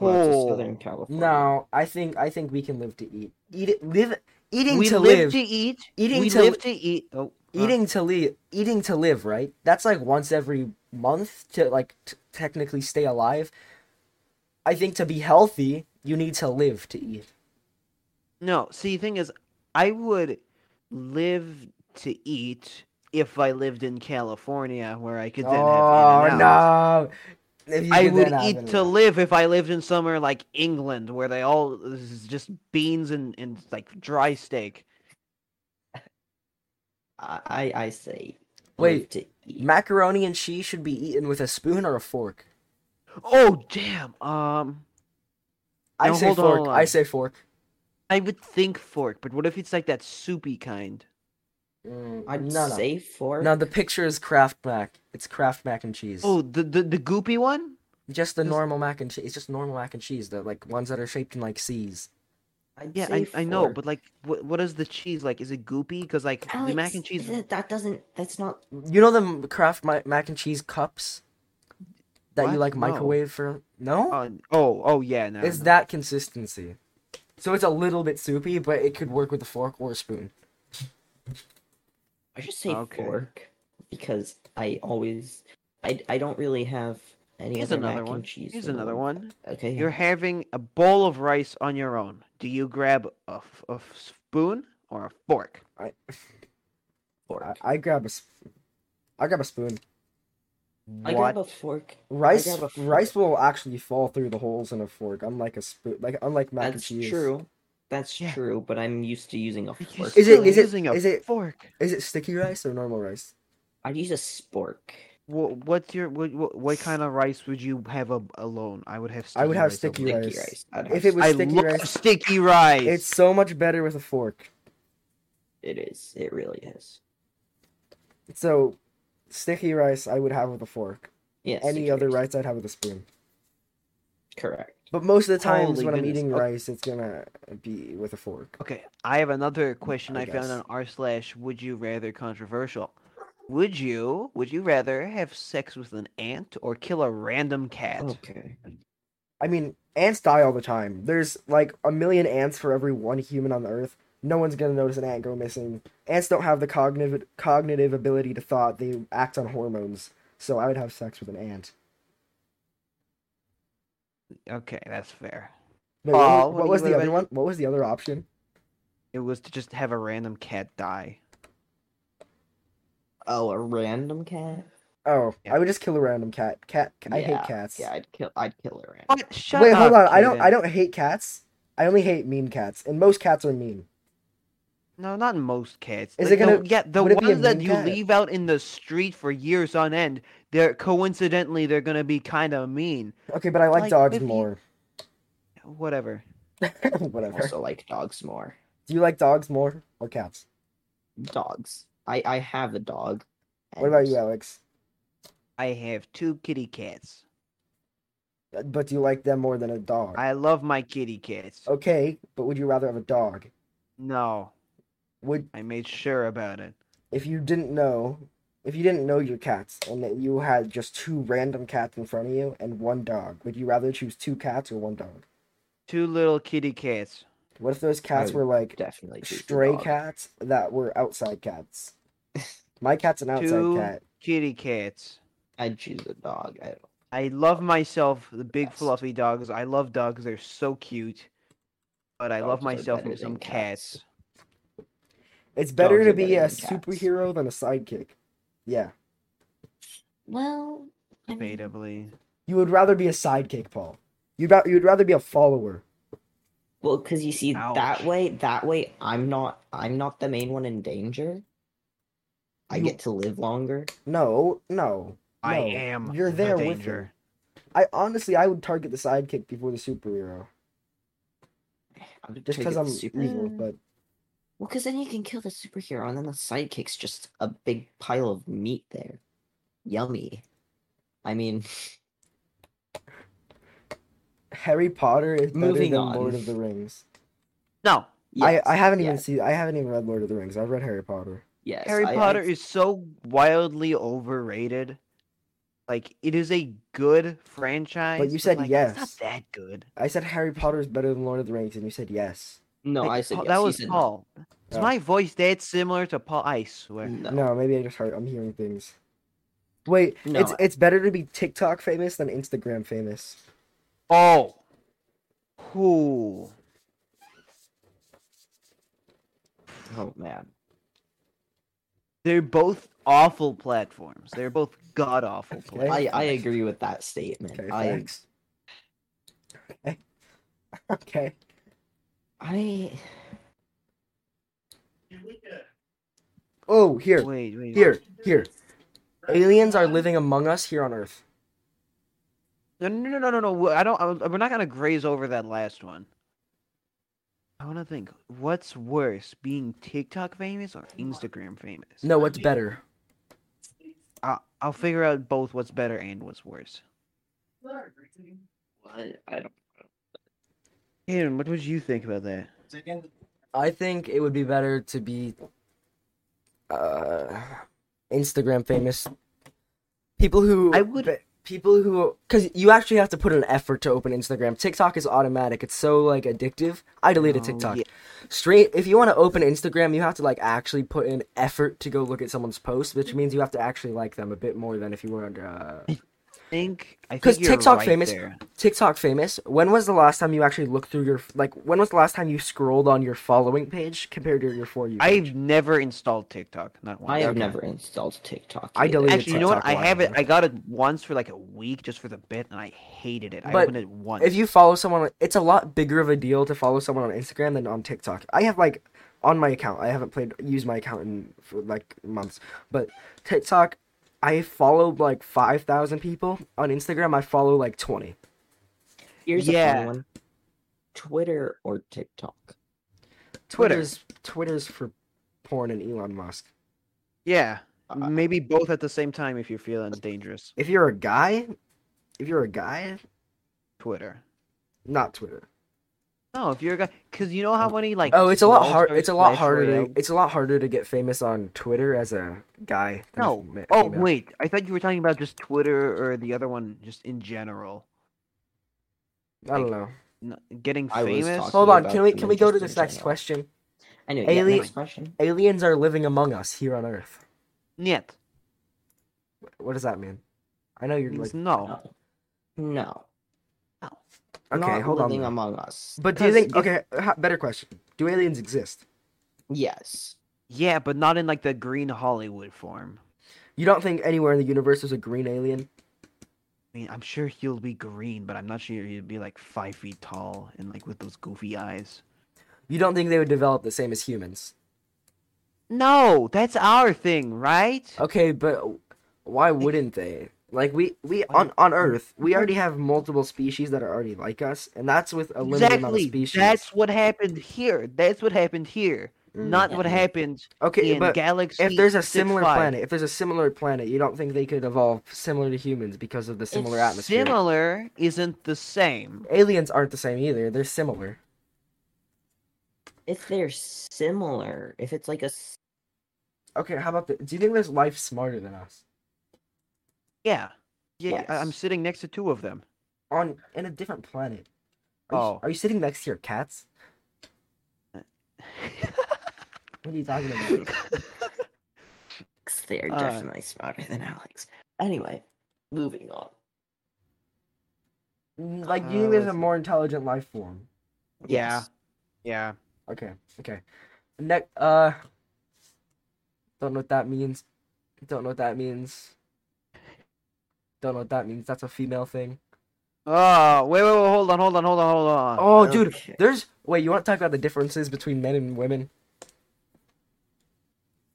Speaker 3: Well, it's a
Speaker 2: Oh.
Speaker 3: Southern California.
Speaker 1: No, I think I think we can live to eat. Eat it, live eating
Speaker 2: we
Speaker 1: to
Speaker 2: live,
Speaker 1: live.
Speaker 2: to eat.
Speaker 1: Eating
Speaker 2: we
Speaker 1: to-
Speaker 2: live to eat. Oh, huh.
Speaker 1: eating to live eating to live right that's like once every month to like t- technically stay alive i think to be healthy you need to live to eat
Speaker 2: No, see, thing is, I would live to eat if I lived in California, where I could then
Speaker 1: oh
Speaker 2: have. In-N-Out.
Speaker 1: no If you
Speaker 2: I
Speaker 1: could
Speaker 2: would
Speaker 1: then have
Speaker 2: eat to
Speaker 1: In-N-Out.
Speaker 2: live if I lived in somewhere like England, where they all this is just beans and, and like dry steak.
Speaker 3: I I I say
Speaker 1: Wait,
Speaker 3: live to eat.
Speaker 1: macaroni and cheese should be eaten with a spoon or a fork
Speaker 2: Oh damn! Um,
Speaker 1: i
Speaker 2: No,
Speaker 1: say
Speaker 2: hold on,
Speaker 1: fork
Speaker 2: hold
Speaker 1: i
Speaker 2: on.
Speaker 1: say fork
Speaker 2: I would think fork, but what if it's like that soupy kind?
Speaker 1: Mm,
Speaker 3: I'd
Speaker 1: no, no.
Speaker 3: say for
Speaker 1: no the picture is kraft mac it's kraft mac and cheese
Speaker 2: Oh, the the, the goopy one.
Speaker 1: just the
Speaker 2: just-
Speaker 1: normal mac and cheese it's just normal mac and cheese the like ones that are shaped in like c's
Speaker 3: I'd
Speaker 2: Yeah,
Speaker 3: say
Speaker 2: I, I know,
Speaker 3: fork.
Speaker 2: but like, what what is the cheese like? Is it goopy? Because like the mac
Speaker 3: Alex,
Speaker 2: and cheese.
Speaker 3: that, that doesn't. That's not.
Speaker 1: You know the Kraft mi- mac and cheese cups that you
Speaker 2: What?
Speaker 1: like
Speaker 2: No.
Speaker 1: microwave for? No,
Speaker 2: Uh, oh, oh yeah, no.
Speaker 1: it's
Speaker 2: no.
Speaker 1: that consistency. So it's a little bit soupy, but it could work with a fork or a spoon.
Speaker 3: I should say
Speaker 2: Okay.
Speaker 3: fork because I always. I I don't really have any
Speaker 2: Here's
Speaker 3: other
Speaker 2: another
Speaker 3: mac
Speaker 2: one.
Speaker 3: and cheese.
Speaker 2: Here's
Speaker 3: in the
Speaker 2: another
Speaker 3: world.
Speaker 2: one.
Speaker 3: Okay.
Speaker 2: You're having a bowl of rice on your own. Do you grab a, f- a spoon or a fork?
Speaker 1: I
Speaker 3: fork.
Speaker 1: I, I grab a. s- I grab a spoon.
Speaker 3: I
Speaker 2: what?
Speaker 3: grab a fork.
Speaker 1: Rice
Speaker 3: grab a fork.
Speaker 1: rice will actually fall through the holes in a fork, unlike a spoon, like unlike mac
Speaker 3: That's
Speaker 1: and cheese.
Speaker 3: true. That's
Speaker 2: Yeah.
Speaker 3: true, but I'm used to using a
Speaker 2: You're
Speaker 3: fork.
Speaker 1: Is it-
Speaker 2: still
Speaker 1: is it-
Speaker 2: using a
Speaker 1: is it-
Speaker 2: fork?
Speaker 1: Is it sticky rice or normal rice?
Speaker 3: I'd use a spork.
Speaker 2: What what's your what, what what kind of rice would you have a, alone? I would have. Sticky
Speaker 1: I would have
Speaker 2: rice alone.
Speaker 1: sticky
Speaker 3: Sticky
Speaker 1: rice.
Speaker 3: rice. I'd
Speaker 1: If
Speaker 3: have
Speaker 1: it
Speaker 3: s-
Speaker 1: was
Speaker 2: I
Speaker 1: sticky
Speaker 2: love
Speaker 1: rice,
Speaker 2: sticky rice.
Speaker 1: it's so much better with a fork.
Speaker 3: it is. It really is.
Speaker 1: So, sticky rice I would have with a fork.
Speaker 3: Yes.
Speaker 1: Any other rice I'd have with a spoon.
Speaker 3: Correct.
Speaker 1: But most of the times
Speaker 2: Holy
Speaker 1: when I'm
Speaker 2: goodness,
Speaker 1: eating
Speaker 2: okay.
Speaker 1: rice, it's gonna be with a fork.
Speaker 2: Okay, I have another question
Speaker 1: I
Speaker 2: I, found
Speaker 1: guess.
Speaker 2: on r slash would you rather controversial. Would you would you rather have sex with an ant or kill a random cat?
Speaker 1: Oh.
Speaker 3: Okay.
Speaker 1: I mean, ants die all the time. There's like a million ants for every one human on the earth. No one's gonna notice an ant go missing. Ants don't have the cognitive cognitive ability to thought. They act on hormones. So I would have sex with an ant.
Speaker 2: Okay, that's fair.
Speaker 1: Wait, what-
Speaker 2: Aw,
Speaker 1: what,
Speaker 2: what do
Speaker 1: was
Speaker 2: you-
Speaker 1: the
Speaker 2: what
Speaker 1: other
Speaker 2: about
Speaker 1: one? What was the other option?
Speaker 2: It was to just have a random cat die.
Speaker 3: Oh, a random cat.
Speaker 1: Oh,
Speaker 2: Yeah.
Speaker 1: I would just kill a random cat. Cat. I hate
Speaker 3: Yeah,
Speaker 1: cats.
Speaker 3: Yeah, I'd kill. I'd kill a random.
Speaker 2: What? Shut
Speaker 1: Wait,
Speaker 2: up.
Speaker 1: hold on. I don't. I
Speaker 2: Kaden.
Speaker 1: don't hate cats. I only hate mean cats, and most cats are mean.
Speaker 2: No, not most cats.
Speaker 1: Is
Speaker 2: Like,
Speaker 1: it
Speaker 2: the-
Speaker 1: gonna-
Speaker 2: yeah, the
Speaker 1: would it be a
Speaker 2: ones that
Speaker 1: mean
Speaker 2: you
Speaker 1: cat?
Speaker 2: leave out in the street for years on end, they're coincidentally they're gonna be kind of mean.
Speaker 1: Okay, but I like,
Speaker 2: Like,
Speaker 1: dogs
Speaker 2: if you-
Speaker 1: more. [LAUGHS]
Speaker 2: Whatever.
Speaker 3: I
Speaker 1: Whatever.
Speaker 3: also like dogs more.
Speaker 1: Do you like dogs more or cats?
Speaker 3: Dogs. I I have a dog.
Speaker 1: What about
Speaker 3: and
Speaker 1: you, Alex?
Speaker 2: I have two kitty cats.
Speaker 1: Uh, But do you like them more than a dog?
Speaker 2: I love my kitty cats.
Speaker 1: Okay, but would you rather have a dog?
Speaker 2: No,
Speaker 1: Would
Speaker 2: I made sure about it.
Speaker 1: if you didn't know, if you didn't know your cats and that you had just two random cats in front of you and one dog, would you rather choose two cats or one dog?
Speaker 2: Two little kitty cats.
Speaker 1: What if those cats
Speaker 3: I
Speaker 1: were like
Speaker 3: Definitely choose the
Speaker 1: stray
Speaker 3: dog.
Speaker 1: cats that were outside
Speaker 3: [LAUGHS]
Speaker 1: cats? My cat's an outside
Speaker 2: Two-
Speaker 1: cat.
Speaker 2: Kitty cats.
Speaker 3: I'd choose a dog. I don't.
Speaker 2: I love myself the big
Speaker 3: Yes.
Speaker 2: fluffy dogs. I love dogs. They're so cute. But I love
Speaker 3: Dogs are
Speaker 2: myself
Speaker 3: better
Speaker 2: with some
Speaker 3: than cats.
Speaker 2: cats.
Speaker 1: It's better
Speaker 3: dogs
Speaker 1: to
Speaker 3: are
Speaker 1: be
Speaker 3: better
Speaker 1: a
Speaker 3: than cats.
Speaker 1: superhero than a sidekick. Yeah.
Speaker 3: Well, I mean,
Speaker 2: Debatably.
Speaker 1: You would rather be a sidekick, Paul. You'd, ra- you'd rather be a follower.
Speaker 3: well, because you see,
Speaker 2: Ouch.
Speaker 3: that way, that way, I'm not, I'm not the main one in danger. I
Speaker 1: You-
Speaker 3: get to live longer.
Speaker 1: No, no.
Speaker 2: I
Speaker 1: No,
Speaker 2: am.
Speaker 1: you're
Speaker 2: the
Speaker 1: there with
Speaker 2: danger.
Speaker 1: her. I honestly, I would target the sidekick before the superhero,
Speaker 3: I would
Speaker 1: just
Speaker 3: take
Speaker 1: because
Speaker 3: it
Speaker 1: I'm
Speaker 3: super.
Speaker 1: evil.
Speaker 3: Mm.
Speaker 1: But
Speaker 3: Well, because then you can kill the superhero, and then the sidekick's just a big pile of meat there. Yummy. I mean,
Speaker 1: Harry Potter is better
Speaker 3: Moving
Speaker 1: than
Speaker 3: on.
Speaker 1: Lord of the Rings.
Speaker 2: No.
Speaker 3: yes,
Speaker 1: I, I haven't even
Speaker 3: yes,
Speaker 1: seen. I haven't even read Lord of the Rings. I've read Harry Potter.
Speaker 3: Yes,
Speaker 2: Harry
Speaker 3: I- I-
Speaker 2: Potter is so wildly overrated. Like it is a good franchise.
Speaker 1: said
Speaker 2: like,
Speaker 1: yes.
Speaker 2: It's not that good.
Speaker 1: I said Harry Potter is better than Lord of the Rings, and you said yes.
Speaker 3: No,
Speaker 2: Like,
Speaker 3: I said
Speaker 2: Paul-
Speaker 3: yes.
Speaker 2: that
Speaker 3: you
Speaker 2: was
Speaker 3: said no.
Speaker 2: Paul. Is
Speaker 1: No.
Speaker 2: my voice that similar to Paul? I swear.
Speaker 3: No.
Speaker 1: No, maybe I just heard. I'm hearing things. Wait,
Speaker 3: No,
Speaker 1: it's it's better to be TikTok famous than Instagram famous. [LAUGHS]
Speaker 2: Oh. Cool.
Speaker 3: Oh man.
Speaker 2: They're both awful platforms. They're both god awful platforms.
Speaker 3: I, I
Speaker 1: facts.
Speaker 3: agree with that statement.
Speaker 1: Okay,
Speaker 3: I
Speaker 1: thanks. Okay. okay.
Speaker 3: I
Speaker 1: Oh, here,
Speaker 2: Wait, wait.
Speaker 1: here, here. Aliens are living among us here on Earth.
Speaker 2: No, no, no, no, no, no. I don't. I, we're not gonna graze over that last one. I want to think. What's worse, being TikTok famous or Instagram famous?
Speaker 1: No, what's better?
Speaker 2: I, I'll figure out both. What's better and what's worse.
Speaker 3: what? I don't
Speaker 2: Aiden, what would you think about that?
Speaker 1: I think it would be better to be uh Instagram famous. People who
Speaker 2: I would-
Speaker 1: be- people who cuz you actually have to put an effort to open Instagram. TikTok is automatic. It's so like addictive. I deleted
Speaker 2: Oh,
Speaker 1: TikTok.
Speaker 2: yeah.
Speaker 1: Straight if you want to open Instagram, you have to like actually put in effort to go look at someone's post, which means you have to actually like them a bit more than if you were under uh,
Speaker 2: think I think
Speaker 1: 'Cause
Speaker 2: you're
Speaker 1: TikTok
Speaker 2: right
Speaker 1: famous-
Speaker 2: there.
Speaker 1: TikTok famous. When was the last time you actually looked through your like? When was the last time you scrolled on your following page compared to your for you? page?
Speaker 2: I've never installed TikTok. Not once.
Speaker 3: I have
Speaker 1: Okay.
Speaker 3: never installed TikTok.
Speaker 1: I
Speaker 3: either.
Speaker 1: deleted
Speaker 2: Actually, you know what?
Speaker 1: TikTok
Speaker 2: I
Speaker 1: a lot
Speaker 2: have it.
Speaker 1: ago.
Speaker 2: I got it once for like a week, just for the bit, and I hated it. I
Speaker 1: But
Speaker 2: opened it once.
Speaker 1: if you follow someone, it's a lot bigger of a deal to follow someone on Instagram than on TikTok. I have like on my account, I haven't played used my account in for like months, but TikTok, I follow like five thousand people on Instagram. I follow like twenty.
Speaker 3: Here's a
Speaker 2: Yeah.
Speaker 3: fun one. Twitter or TikTok?
Speaker 2: Twitter.
Speaker 1: Twitter's Twitter's for porn and Elon Musk.
Speaker 2: yeah,
Speaker 3: Uh,
Speaker 2: maybe both at the same time if you're feeling dangerous.
Speaker 1: If you're a guy, if you're a guy,
Speaker 2: Twitter.
Speaker 1: not Twitter.
Speaker 2: No, if you're a guy, because you know how many like
Speaker 1: Oh, it's a lot
Speaker 2: lol
Speaker 1: hard.
Speaker 2: stars
Speaker 1: It's a lot
Speaker 2: slash
Speaker 1: harder. To,
Speaker 2: royale-
Speaker 1: it's a lot harder to get famous on Twitter as a guy. than a
Speaker 2: No.
Speaker 1: fema-
Speaker 2: Oh
Speaker 1: female.
Speaker 2: wait, I thought you were talking about just Twitter or the other one, just in general.
Speaker 1: I don't know.
Speaker 2: N- Getting
Speaker 3: I was
Speaker 2: famous.
Speaker 3: talking-
Speaker 1: Hold on,
Speaker 3: about
Speaker 1: can we
Speaker 3: them
Speaker 1: can
Speaker 3: and
Speaker 1: we go
Speaker 3: just
Speaker 1: to
Speaker 3: in
Speaker 1: this next
Speaker 3: general.
Speaker 1: question?
Speaker 3: Anyway, yeah,
Speaker 1: Alien-
Speaker 3: next question.
Speaker 1: Aliens are living among us here on Earth.
Speaker 2: Niet.
Speaker 1: What does that mean? I know you're like
Speaker 2: means no.
Speaker 3: No. No. Oh.
Speaker 1: okay,
Speaker 3: Not
Speaker 1: hold on.
Speaker 3: living
Speaker 1: though.
Speaker 3: Among Us.
Speaker 1: But do you
Speaker 2: 'Cause
Speaker 1: think okay? ha- Better question: Do aliens exist?
Speaker 3: Yes.
Speaker 2: Yeah, but not in like the green Hollywood form.
Speaker 1: You don't think anywhere in the universe there's a green alien?
Speaker 2: I mean, I'm sure he'll be green, but I'm not sure he'll be like five feet tall and like with those goofy eyes.
Speaker 1: You don't think they would develop the same as humans?
Speaker 2: No, that's our thing, right?
Speaker 1: Okay, but why wouldn't they? Like we we on on Earth we already have multiple species that are already like us, and that's with a limited amount of
Speaker 2: Exactly.
Speaker 1: species.
Speaker 2: That's what happened here. That's what happened here.
Speaker 1: Mm.
Speaker 2: Not what happened
Speaker 1: okay,
Speaker 2: in
Speaker 1: but
Speaker 2: Galaxy.
Speaker 1: if there's a
Speaker 2: 65.
Speaker 1: similar planet, if there's a similar planet, you don't think they could evolve similar to humans because of the similar
Speaker 2: It's
Speaker 1: atmosphere?
Speaker 2: Similar isn't the same.
Speaker 1: Aliens aren't the same either. They're similar.
Speaker 3: If they're similar, if it's like a s-
Speaker 1: Okay, how about the, do you think there's life smarter than us
Speaker 2: Yeah. Yeah. I- I'm
Speaker 3: Yes.
Speaker 2: sitting next to two of them.
Speaker 1: on in a different planet? Are you,
Speaker 2: Oh.
Speaker 1: are you sitting next to your cats? What are you talking about?
Speaker 2: [LAUGHS]
Speaker 3: they're
Speaker 2: Uh,
Speaker 3: definitely smarter than Alex. Anyway, moving on.
Speaker 1: Mm, like, do you
Speaker 2: Uh,
Speaker 1: think there's a
Speaker 2: let's-
Speaker 1: more intelligent life form?
Speaker 2: Yeah.
Speaker 3: Yes.
Speaker 2: yeah.
Speaker 1: Okay, okay. Next, uh, don't know what that means. Don't know what that means. Don't know what that means. That's a female thing.
Speaker 2: Oh, wait, wait, wait. Hold on, hold on, hold on, hold on.
Speaker 1: Oh, dude,
Speaker 3: Okay.
Speaker 1: there's wait. You want to talk about the differences between men and women?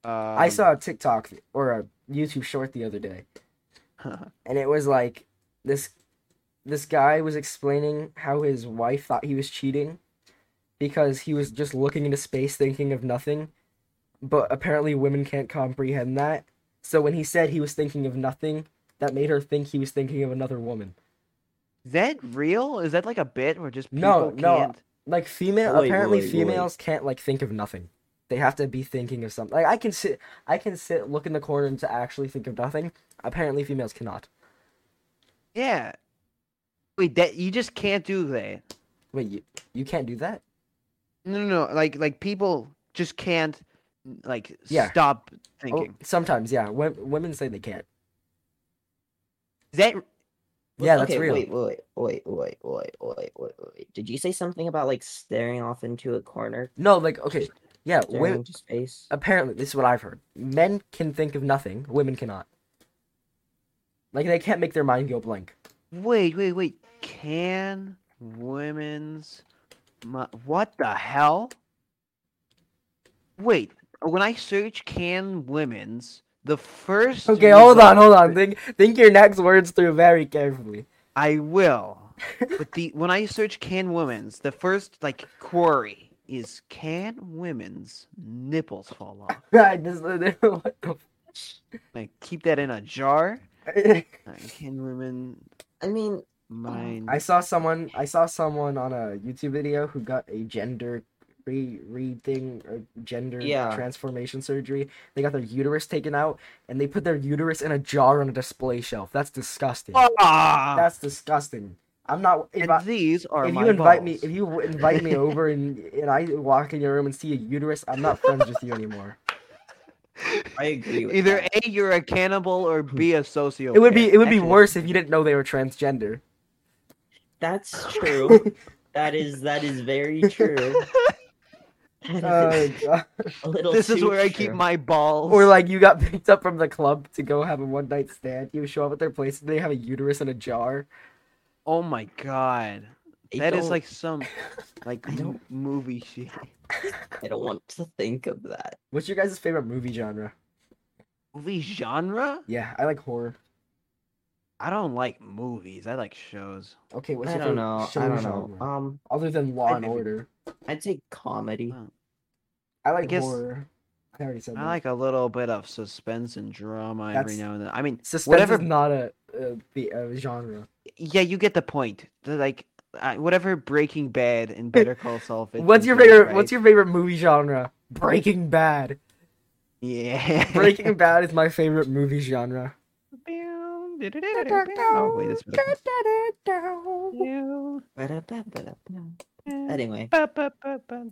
Speaker 1: I
Speaker 2: Um,
Speaker 1: saw a TikTok or a YouTube short the other day, and it was like this this guy was explaining how his wife thought he was cheating because he was just looking into space thinking of nothing but apparently women can't comprehend that so when he said he was thinking of nothing that made her think he was thinking of another woman
Speaker 2: Is that real? Is that like a bit where just
Speaker 1: No,
Speaker 2: people
Speaker 1: no,
Speaker 2: can't?
Speaker 1: like female
Speaker 3: Wait,
Speaker 1: apparently
Speaker 3: wait, wait.
Speaker 1: females can't like think of nothing they have to be thinking of something like i can sit i can sit look in the corner and to actually think of nothing apparently females cannot
Speaker 2: Yeah. Wait, that you just can't do that.
Speaker 1: wait you, you can't do that
Speaker 2: No, no, no. Like, like people just can't, like,
Speaker 1: Yeah.
Speaker 2: stop
Speaker 1: Oh,
Speaker 2: thinking.
Speaker 1: sometimes yeah Wom- women say they can't
Speaker 2: Is that
Speaker 3: Wait,
Speaker 1: Yeah, that's
Speaker 3: okay,
Speaker 1: real.
Speaker 3: Wait, wait, wait, wait, wait, wait, wait, wait. Did you say something about like staring off into a corner,
Speaker 1: No, like okay, yeah.
Speaker 3: staring
Speaker 1: Women,
Speaker 3: into space?
Speaker 1: apparently, this is what I've heard. Men can think of nothing. Women cannot. Like they can't make their mind go blank.
Speaker 2: Wait, wait, wait. Can women's mi- what the hell? Wait, when I search can women's, the first
Speaker 1: Okay, hold on,
Speaker 2: result-
Speaker 1: hold on. Think, think your next words through very carefully. [LAUGHS]
Speaker 2: I will. but the when I search can women's, the first like query is can women's nipples fall off?
Speaker 1: I just- what the [LAUGHS]
Speaker 2: Like keep that in a jar.
Speaker 1: f-
Speaker 3: [LAUGHS]
Speaker 2: Uh, Can women
Speaker 3: I mean,
Speaker 2: mind
Speaker 1: I saw someone. I saw someone on a YouTube video who got a gender re read thing or gender
Speaker 3: Yeah.
Speaker 1: transformation surgery. They got their uterus taken out and they put their uterus in a jar on a display shelf. That's disgusting.
Speaker 2: Ah!
Speaker 1: That's disgusting. I'm not. If,
Speaker 2: and
Speaker 1: I,
Speaker 2: these are
Speaker 1: if
Speaker 2: my
Speaker 1: you invite me,
Speaker 2: balls. [LAUGHS]
Speaker 1: if you w- invite
Speaker 2: [LAUGHS]
Speaker 1: me over and and I walk in your room and see a uterus, I'm not friends with you anymore.
Speaker 3: I agree with
Speaker 2: Either
Speaker 3: that.
Speaker 2: A, you're a cannibal, or B, a sociopath.
Speaker 1: It would be it would be
Speaker 3: actually-
Speaker 1: worse if you didn't know they were
Speaker 2: [LAUGHS]
Speaker 1: transgender.
Speaker 3: That's true. that is that is very
Speaker 2: [LAUGHS]
Speaker 3: true. That
Speaker 2: Oh,
Speaker 3: is
Speaker 1: God.
Speaker 3: a little
Speaker 2: Uh, This is
Speaker 3: too
Speaker 2: where I keep
Speaker 3: true.
Speaker 2: my balls.
Speaker 1: Or like you got [LAUGHS] picked up from the club to go have a one night stand. You show up at their place and they have a uterus in a jar.
Speaker 2: oh my god,
Speaker 3: I
Speaker 2: that is
Speaker 3: don't-
Speaker 2: like [LAUGHS] some like
Speaker 3: I don't-
Speaker 2: movie shit.
Speaker 3: I don't want to think of that.
Speaker 1: What's your guys' favorite movie genre?
Speaker 2: Movie genre?
Speaker 1: Yeah, I like horror.
Speaker 2: I don't like movies. I like shows.
Speaker 1: Okay, what's
Speaker 3: I
Speaker 1: your
Speaker 3: don't
Speaker 1: favorite
Speaker 3: know.
Speaker 1: show
Speaker 3: I don't
Speaker 1: genre?
Speaker 3: know. Um,
Speaker 1: Other than Law
Speaker 2: I'd
Speaker 1: and
Speaker 2: maybe-
Speaker 1: Order,
Speaker 3: I'd say
Speaker 2: [LAUGHS]
Speaker 3: comedy.
Speaker 2: Uh,
Speaker 1: I like
Speaker 2: guess-
Speaker 1: horror. I already said
Speaker 2: I
Speaker 1: that.
Speaker 2: like a little bit of suspense and drama every
Speaker 1: That's-
Speaker 2: now and then. I mean,
Speaker 1: Suspense
Speaker 2: whatever
Speaker 1: is not a, a the a genre.
Speaker 2: Yeah, you get the point. The, like uh, whatever Breaking Bad and Better Call Saul. fits
Speaker 1: what's your
Speaker 2: into it,
Speaker 1: favorite? What's
Speaker 2: right?
Speaker 1: your favorite movie genre? Breaking Bad.
Speaker 2: yeah?
Speaker 1: Breaking Bad is my favorite movie genre.
Speaker 2: oh wait, that's Better Call Saul.
Speaker 3: Ba-da-ba-ba-da-ba. Anyway,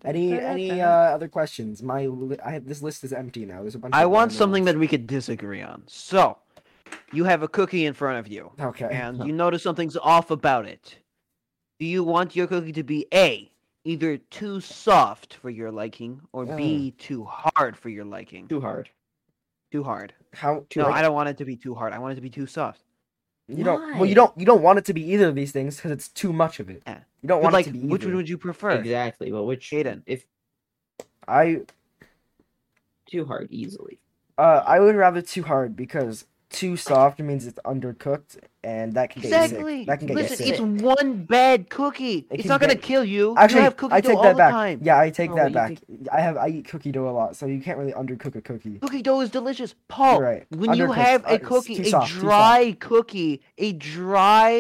Speaker 1: Any any uh, other questions? My li- I have, this list is empty now. There's a bunch.
Speaker 2: I
Speaker 1: of
Speaker 2: want
Speaker 1: random
Speaker 2: something
Speaker 1: ones.
Speaker 2: that we could disagree on. So, you have a cookie in front of you,
Speaker 1: Okay. [LAUGHS]
Speaker 2: and you notice something's off about it. Do you want your cookie to be a either too soft for your liking, or b
Speaker 1: Mm.
Speaker 2: too hard for your liking?
Speaker 3: too hard.
Speaker 2: Too hard.
Speaker 1: How
Speaker 2: No,
Speaker 1: like,
Speaker 2: I don't want it to be too hard. I want it to be too soft.
Speaker 1: you don't. Well,
Speaker 3: Why?
Speaker 1: you don't. You don't want it to be either of these things because it's too much of it.
Speaker 2: Yeah.
Speaker 1: You don't
Speaker 2: But,
Speaker 1: want
Speaker 2: like,
Speaker 1: it to be
Speaker 2: which
Speaker 1: either.
Speaker 2: one would you prefer?
Speaker 3: Exactly. But which
Speaker 2: Aiden.
Speaker 3: if
Speaker 1: I
Speaker 3: too hard easily.
Speaker 1: Uh, I would rather too hard because too soft means it's undercooked, and that can get you
Speaker 2: Exactly.
Speaker 1: sick. That can get
Speaker 2: Listen,
Speaker 1: you sick.
Speaker 2: it's one bad cookie. it's
Speaker 1: can
Speaker 2: not gonna
Speaker 1: get-
Speaker 2: kill you.
Speaker 1: Actually,
Speaker 2: you have cookie
Speaker 1: I
Speaker 2: dough
Speaker 1: take
Speaker 2: all
Speaker 1: that
Speaker 2: the
Speaker 1: back.
Speaker 2: time. Oh,
Speaker 1: Yeah, I take
Speaker 3: No,
Speaker 1: that
Speaker 3: but
Speaker 1: back.
Speaker 3: you
Speaker 1: I have I eat cookie dough a lot, so you can't really undercook a cookie.
Speaker 2: Cookie dough is delicious. Paul,
Speaker 1: right.
Speaker 2: when you
Speaker 1: Undercooked.
Speaker 2: have
Speaker 1: Uh,
Speaker 2: a
Speaker 1: it's
Speaker 2: cookie,
Speaker 1: too
Speaker 2: a
Speaker 1: soft, too soft.
Speaker 2: dry cookie, a dry,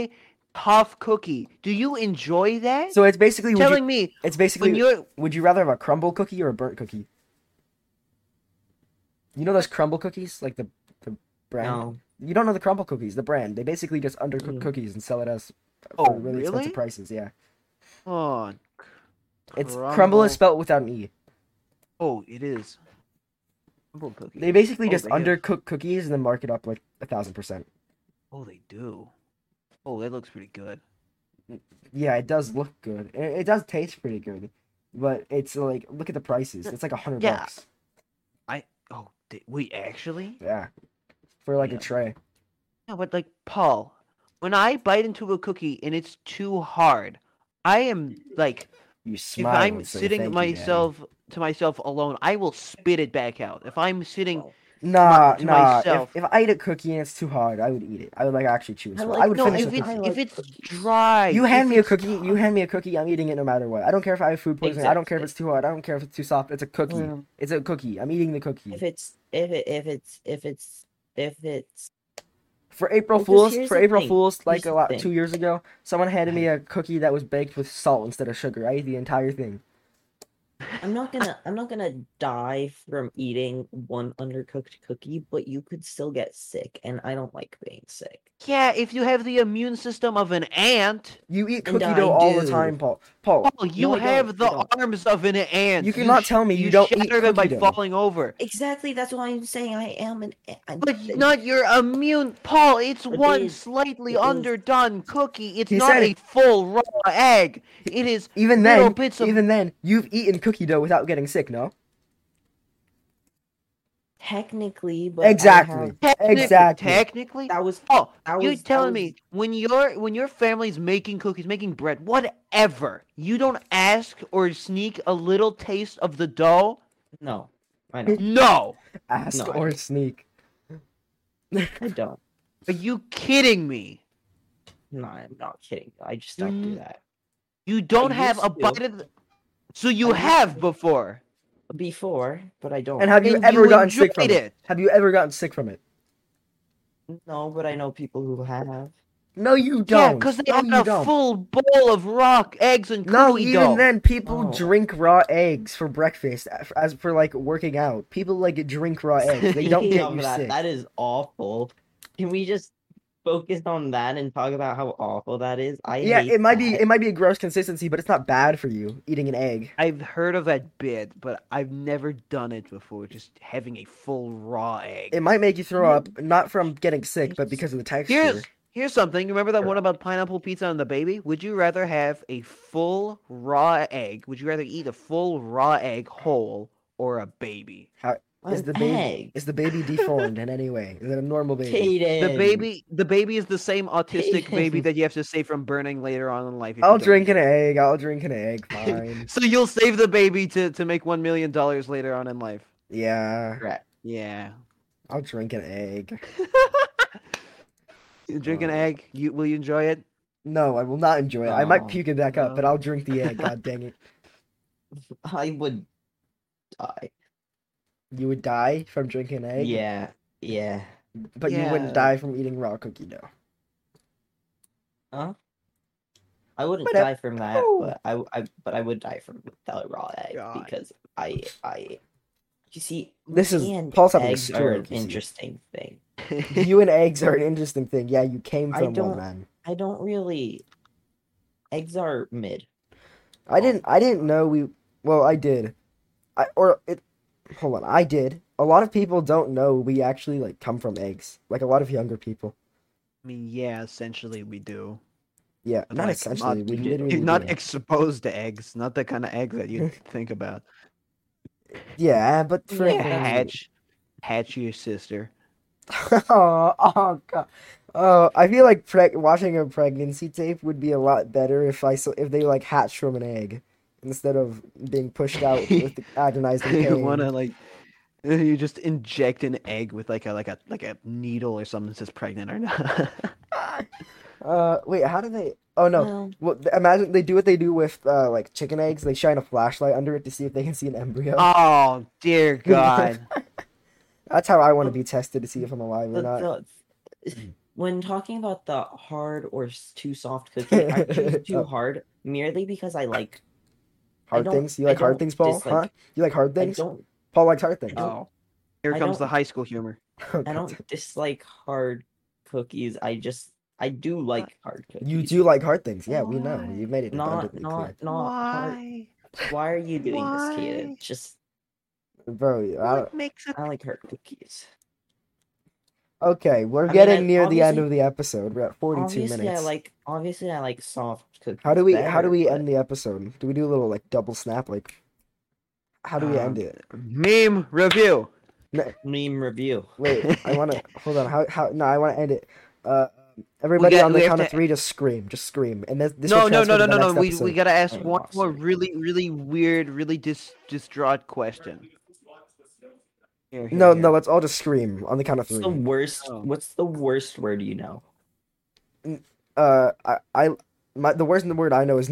Speaker 2: tough cookie, do you enjoy that?
Speaker 1: So it's basically would
Speaker 2: Telling
Speaker 1: you,
Speaker 2: me
Speaker 1: it's
Speaker 2: when
Speaker 1: basically
Speaker 2: you're
Speaker 1: would you rather have a crumble cookie or a burnt cookie? You know those crumble cookies, like the the brand.
Speaker 3: No,
Speaker 1: You don't know the crumble cookies, the brand. They basically just undercook
Speaker 3: Mm.
Speaker 1: cookies and sell it as
Speaker 2: Oh,
Speaker 1: for really,
Speaker 2: really?
Speaker 1: expensive prices. Yeah,
Speaker 2: oh,
Speaker 1: it's crumble is spelled without an e.
Speaker 2: Oh, it is. Crumble cookie.
Speaker 1: They basically
Speaker 2: Oh,
Speaker 1: just
Speaker 2: they do.
Speaker 1: undercook cookies and then mark it up like a thousand percent.
Speaker 2: Oh, they do. Oh, that looks pretty good.
Speaker 1: Yeah, it does look good. It, it does taste pretty good, but it's like look at the prices. It's like a hundred
Speaker 2: Yeah.
Speaker 1: bucks.
Speaker 2: Oh, di- wait, actually.
Speaker 1: Yeah, for like
Speaker 2: Yeah.
Speaker 1: a tray.
Speaker 2: Yeah, but like Paul, when I bite into a cookie and it's too hard, I am like
Speaker 1: You
Speaker 2: if
Speaker 1: smile.
Speaker 2: I'm
Speaker 1: and say,
Speaker 2: sitting
Speaker 1: "Thank you, Daddy."
Speaker 2: myself to myself alone, I will spit it back out. If I'm sitting,
Speaker 1: Nah,
Speaker 2: to
Speaker 1: nah.
Speaker 2: myself.
Speaker 1: If, if I ate a cookie and it's too hard, I would eat it. I would like actually choose.
Speaker 3: I
Speaker 1: one.
Speaker 3: like-
Speaker 1: I would
Speaker 2: no,
Speaker 1: finish
Speaker 2: if
Speaker 1: a
Speaker 2: it's
Speaker 1: cookie.
Speaker 3: I
Speaker 2: if
Speaker 3: like
Speaker 2: it's
Speaker 3: cookies.
Speaker 2: dry,
Speaker 1: You
Speaker 2: if
Speaker 1: hand me a
Speaker 2: it's
Speaker 1: cookie. You
Speaker 2: hot-
Speaker 1: hand me a cookie. I'm eating it no matter what. I don't care if I have food poisoning. I don't care if
Speaker 3: Exactly.
Speaker 1: it's
Speaker 3: Mm.
Speaker 1: too hard. I don't care if it's too soft. It's a cookie.
Speaker 2: Yeah.
Speaker 1: It's a cookie. I'm eating the cookie.
Speaker 3: if it's if it if it's if it's if it's
Speaker 1: For April
Speaker 3: Because
Speaker 1: Fools,
Speaker 3: here's
Speaker 1: for
Speaker 3: the
Speaker 1: April
Speaker 3: thing,
Speaker 1: Fools,
Speaker 3: here's
Speaker 1: like a
Speaker 3: the
Speaker 1: lot
Speaker 3: thing.
Speaker 1: two years ago, someone handed me a cookie that was baked with salt instead of sugar. I ate the entire thing.
Speaker 3: I'm not gonna I'm not gonna die from eating one undercooked cookie, but you could still get sick, and I don't like being sick.
Speaker 2: yeah, if you have the immune system of an ant,
Speaker 1: You eat
Speaker 3: And
Speaker 1: cookie
Speaker 3: I
Speaker 1: dough all the
Speaker 3: do.
Speaker 1: time, Paul. Paul,
Speaker 2: Paul, you
Speaker 3: I don't, I
Speaker 2: have the
Speaker 3: don't.
Speaker 2: arms of an ant.
Speaker 1: You cannot
Speaker 2: sh-
Speaker 1: tell me you don't eat
Speaker 2: shatter them by
Speaker 1: cookie dough.
Speaker 2: falling over.
Speaker 3: Exactly, that's why I'm saying I am an. a- I'm
Speaker 2: But
Speaker 3: sick.
Speaker 2: not your immune, Paul. It's
Speaker 3: It
Speaker 2: one
Speaker 3: is-
Speaker 2: slightly
Speaker 3: it is-
Speaker 2: underdone cookie. It's
Speaker 1: He
Speaker 2: not
Speaker 1: said
Speaker 2: a
Speaker 1: it.
Speaker 2: full raw egg. It is
Speaker 1: even
Speaker 2: little
Speaker 1: then,
Speaker 2: bits of-
Speaker 1: even then, you've eaten cookie dough without getting sick. No,
Speaker 3: technically, but I
Speaker 1: Exactly.
Speaker 3: have-
Speaker 2: technically.
Speaker 1: Exactly.
Speaker 2: Technically,
Speaker 3: that was
Speaker 2: Paul,
Speaker 3: that was
Speaker 2: Oh, you're
Speaker 3: that
Speaker 2: telling
Speaker 3: was-
Speaker 2: me when your when your family's making cookies, making bread, whatever, you don't ask or sneak a little taste of the dough?
Speaker 3: No, I know
Speaker 2: No.
Speaker 1: ask
Speaker 3: No, I
Speaker 1: or
Speaker 3: don't.
Speaker 1: sneak.
Speaker 3: I don't.
Speaker 2: Are you kidding me?
Speaker 3: No, I'm not kidding. I just don't do
Speaker 2: Mm.
Speaker 3: that.
Speaker 2: You don't
Speaker 3: I
Speaker 2: have a
Speaker 3: used to.
Speaker 2: bite of the... So you
Speaker 3: I used
Speaker 2: have
Speaker 3: to.
Speaker 2: before.
Speaker 3: Before, but I don't.
Speaker 1: And have you
Speaker 2: And
Speaker 1: ever
Speaker 2: you
Speaker 1: gotten sick from
Speaker 2: enjoyed
Speaker 1: it?
Speaker 2: it.
Speaker 1: Have you ever gotten sick from it?
Speaker 3: no, but I know people who have.
Speaker 1: No, you
Speaker 2: Yeah,
Speaker 1: don't.
Speaker 2: because they
Speaker 1: no,
Speaker 2: have
Speaker 1: you
Speaker 2: a
Speaker 1: don't.
Speaker 2: full bowl of rock eggs and cookie
Speaker 1: No, even
Speaker 2: dough.
Speaker 1: then, people
Speaker 3: Oh.
Speaker 1: drink raw eggs for breakfast as- as for like working out.
Speaker 3: [LAUGHS]
Speaker 1: People like drink raw eggs. [LAUGHS] They don't
Speaker 3: Speaking
Speaker 1: get
Speaker 3: of
Speaker 1: you
Speaker 3: that,
Speaker 1: sick.
Speaker 3: That is awful. Can we just focus on that and talk about how awful that is. I
Speaker 1: yeah,
Speaker 3: hate
Speaker 1: it might be
Speaker 3: that.
Speaker 1: it might be a gross consistency, but it's not bad for you eating an egg.
Speaker 2: I've heard of that bit, but I've never done it before. Just having a full raw egg.
Speaker 1: It might make you throw up, not from getting sick, but because of the texture.
Speaker 2: Here's here's something. Remember that one about pineapple pizza and the baby? Would you rather have a full raw egg? Would you rather eat a full raw egg whole or a baby?
Speaker 1: Is
Speaker 3: An
Speaker 1: the baby
Speaker 3: egg.
Speaker 1: is the baby deformed in any way? Is it a normal baby?
Speaker 2: The
Speaker 3: Caden.
Speaker 2: baby the baby is the
Speaker 1: [LAUGHS]
Speaker 2: same autistic baby
Speaker 3: Hayden.
Speaker 2: that you have to save from burning later on in life. if you
Speaker 1: I'll
Speaker 2: don't
Speaker 1: drink
Speaker 2: eat
Speaker 1: an egg. I'll drink an egg. Fine.
Speaker 2: So you'll save the baby to, to make one million dollars later on in life.
Speaker 1: yeah,
Speaker 3: Correct.
Speaker 2: Yeah.
Speaker 1: I'll drink an egg.
Speaker 2: You drink an
Speaker 1: Uh,
Speaker 2: egg. You will you enjoy it?
Speaker 1: No, I will not enjoy it. I might
Speaker 3: Oh,
Speaker 2: No,
Speaker 1: puke it back up, but
Speaker 2: no.
Speaker 1: I'll drink the egg. God dang it!
Speaker 3: I would die.
Speaker 1: You would die from drinking an egg.
Speaker 3: [LAUGHS] Yeah. Yeah.
Speaker 1: But you
Speaker 2: Yeah.
Speaker 1: wouldn't die from eating raw cookie dough.
Speaker 3: I wouldn't
Speaker 1: But I-
Speaker 3: die from that,
Speaker 1: Oh.
Speaker 3: but I, I but I would die from the raw egg
Speaker 2: God.
Speaker 3: because I I you see
Speaker 1: This is
Speaker 3: and
Speaker 1: Paul's having a
Speaker 3: eggs are an
Speaker 1: stroke. you see.
Speaker 3: interesting thing.
Speaker 1: You and eggs are an interesting thing. Yeah, you came
Speaker 3: I
Speaker 1: from one
Speaker 3: don't-
Speaker 1: man.
Speaker 3: I don't really eggs are mid.
Speaker 1: I didn't. I didn't know we. Well, I did. I or it. Hold on, I did. A lot of people don't know we actually like come from eggs. Like a lot of younger people.
Speaker 2: I mean, yeah, essentially we do.
Speaker 1: Yeah,
Speaker 2: But,
Speaker 1: not
Speaker 2: like,
Speaker 1: essentially.
Speaker 2: not-
Speaker 1: we
Speaker 3: you-
Speaker 1: literally
Speaker 2: You're not
Speaker 1: do.
Speaker 2: exposed to eggs, not the kind of egg
Speaker 1: [LAUGHS]
Speaker 2: that you think about.
Speaker 1: yeah, but for
Speaker 3: Yeah.
Speaker 2: Hatch hatch your sister.
Speaker 1: [LAUGHS]
Speaker 2: [LAUGHS]
Speaker 1: oh, oh god. Oh, I feel like preg- watching a pregnancy tape would be a lot better if I so if they like hatched from an egg instead of being pushed out with
Speaker 2: [LAUGHS]
Speaker 1: the agonizing
Speaker 2: you
Speaker 1: pain.
Speaker 2: wanna like uh, you just inject an egg with like a like a like a needle or something that says pregnant or
Speaker 1: [LAUGHS]
Speaker 2: not.
Speaker 1: Uh, wait, how do they? Oh no.
Speaker 3: Uh.
Speaker 1: Well, th- imagine they do what they do with uh, like chicken eggs. They shine a flashlight under it to see if they can see an embryo.
Speaker 3: Uh,
Speaker 2: oh
Speaker 1: [LAUGHS]
Speaker 2: dear God.
Speaker 1: That's how I want to be tested to see if I'm alive or
Speaker 3: But
Speaker 1: not.
Speaker 3: the-
Speaker 1: [CLEARS THROAT]
Speaker 3: when talking about the hard or s- too soft cookie,
Speaker 1: [LAUGHS]
Speaker 3: I choose too
Speaker 1: Oh.
Speaker 3: hard merely because I like
Speaker 1: Hard
Speaker 3: don't-
Speaker 1: things? You
Speaker 3: I
Speaker 1: like hard
Speaker 3: don't
Speaker 1: things, Paul?
Speaker 3: dislike-
Speaker 1: Huh? You like hard
Speaker 3: I
Speaker 1: things?
Speaker 3: don't
Speaker 1: Paul likes hard things. [LAUGHS]
Speaker 3: don't-
Speaker 2: Oh. Here
Speaker 3: I
Speaker 2: comes the
Speaker 3: don't-
Speaker 2: high school humor.
Speaker 1: Oh,
Speaker 3: I
Speaker 1: God.
Speaker 3: don't dislike hard cookies. I just I do like hard cookies.
Speaker 1: Uh, You do like hard things. Yeah, we know.
Speaker 2: Why?
Speaker 1: You made it
Speaker 3: not
Speaker 1: abundantly
Speaker 3: not not hard. Why are you doing this,
Speaker 2: Why?
Speaker 3: Kaden? Just
Speaker 1: clear. Bro, I don't-
Speaker 2: makes a
Speaker 3: I like hard cookies.
Speaker 1: okay, we're
Speaker 3: mean,
Speaker 1: getting
Speaker 3: I-
Speaker 1: near the end
Speaker 3: obviously-
Speaker 1: of the episode. We're at 42
Speaker 3: obviously,
Speaker 1: minutes.
Speaker 3: I like obviously I like soft cookies.
Speaker 1: how do we how
Speaker 3: better,
Speaker 1: do we
Speaker 3: but
Speaker 1: end the episode? Do we do a little like double snap like how do we end
Speaker 2: Um,
Speaker 1: it?
Speaker 2: meme review?
Speaker 3: meme review?
Speaker 1: Wait, I
Speaker 2: [LAUGHS]
Speaker 1: want to hold on. How? How? No, I want to end it. Uh, everybody
Speaker 2: got-
Speaker 1: on
Speaker 2: we
Speaker 1: the
Speaker 2: have
Speaker 1: count of
Speaker 2: to-
Speaker 1: three, just scream, just scream, and this. this will
Speaker 2: No, no, no,
Speaker 1: transfer
Speaker 2: no,
Speaker 1: to
Speaker 2: no,
Speaker 1: the
Speaker 2: no.
Speaker 1: next
Speaker 2: We
Speaker 1: episode.
Speaker 2: we gotta ask
Speaker 3: Oh,
Speaker 2: one more
Speaker 3: sorry.
Speaker 2: really, really weird, really dis- distraught question. Here, here,
Speaker 1: No,
Speaker 2: here.
Speaker 1: no, let's all just scream on the count of
Speaker 3: What's the
Speaker 1: three.
Speaker 3: worst?
Speaker 2: Oh.
Speaker 3: What's the worst word you know?
Speaker 1: Uh, I, I, my, the worst word I know is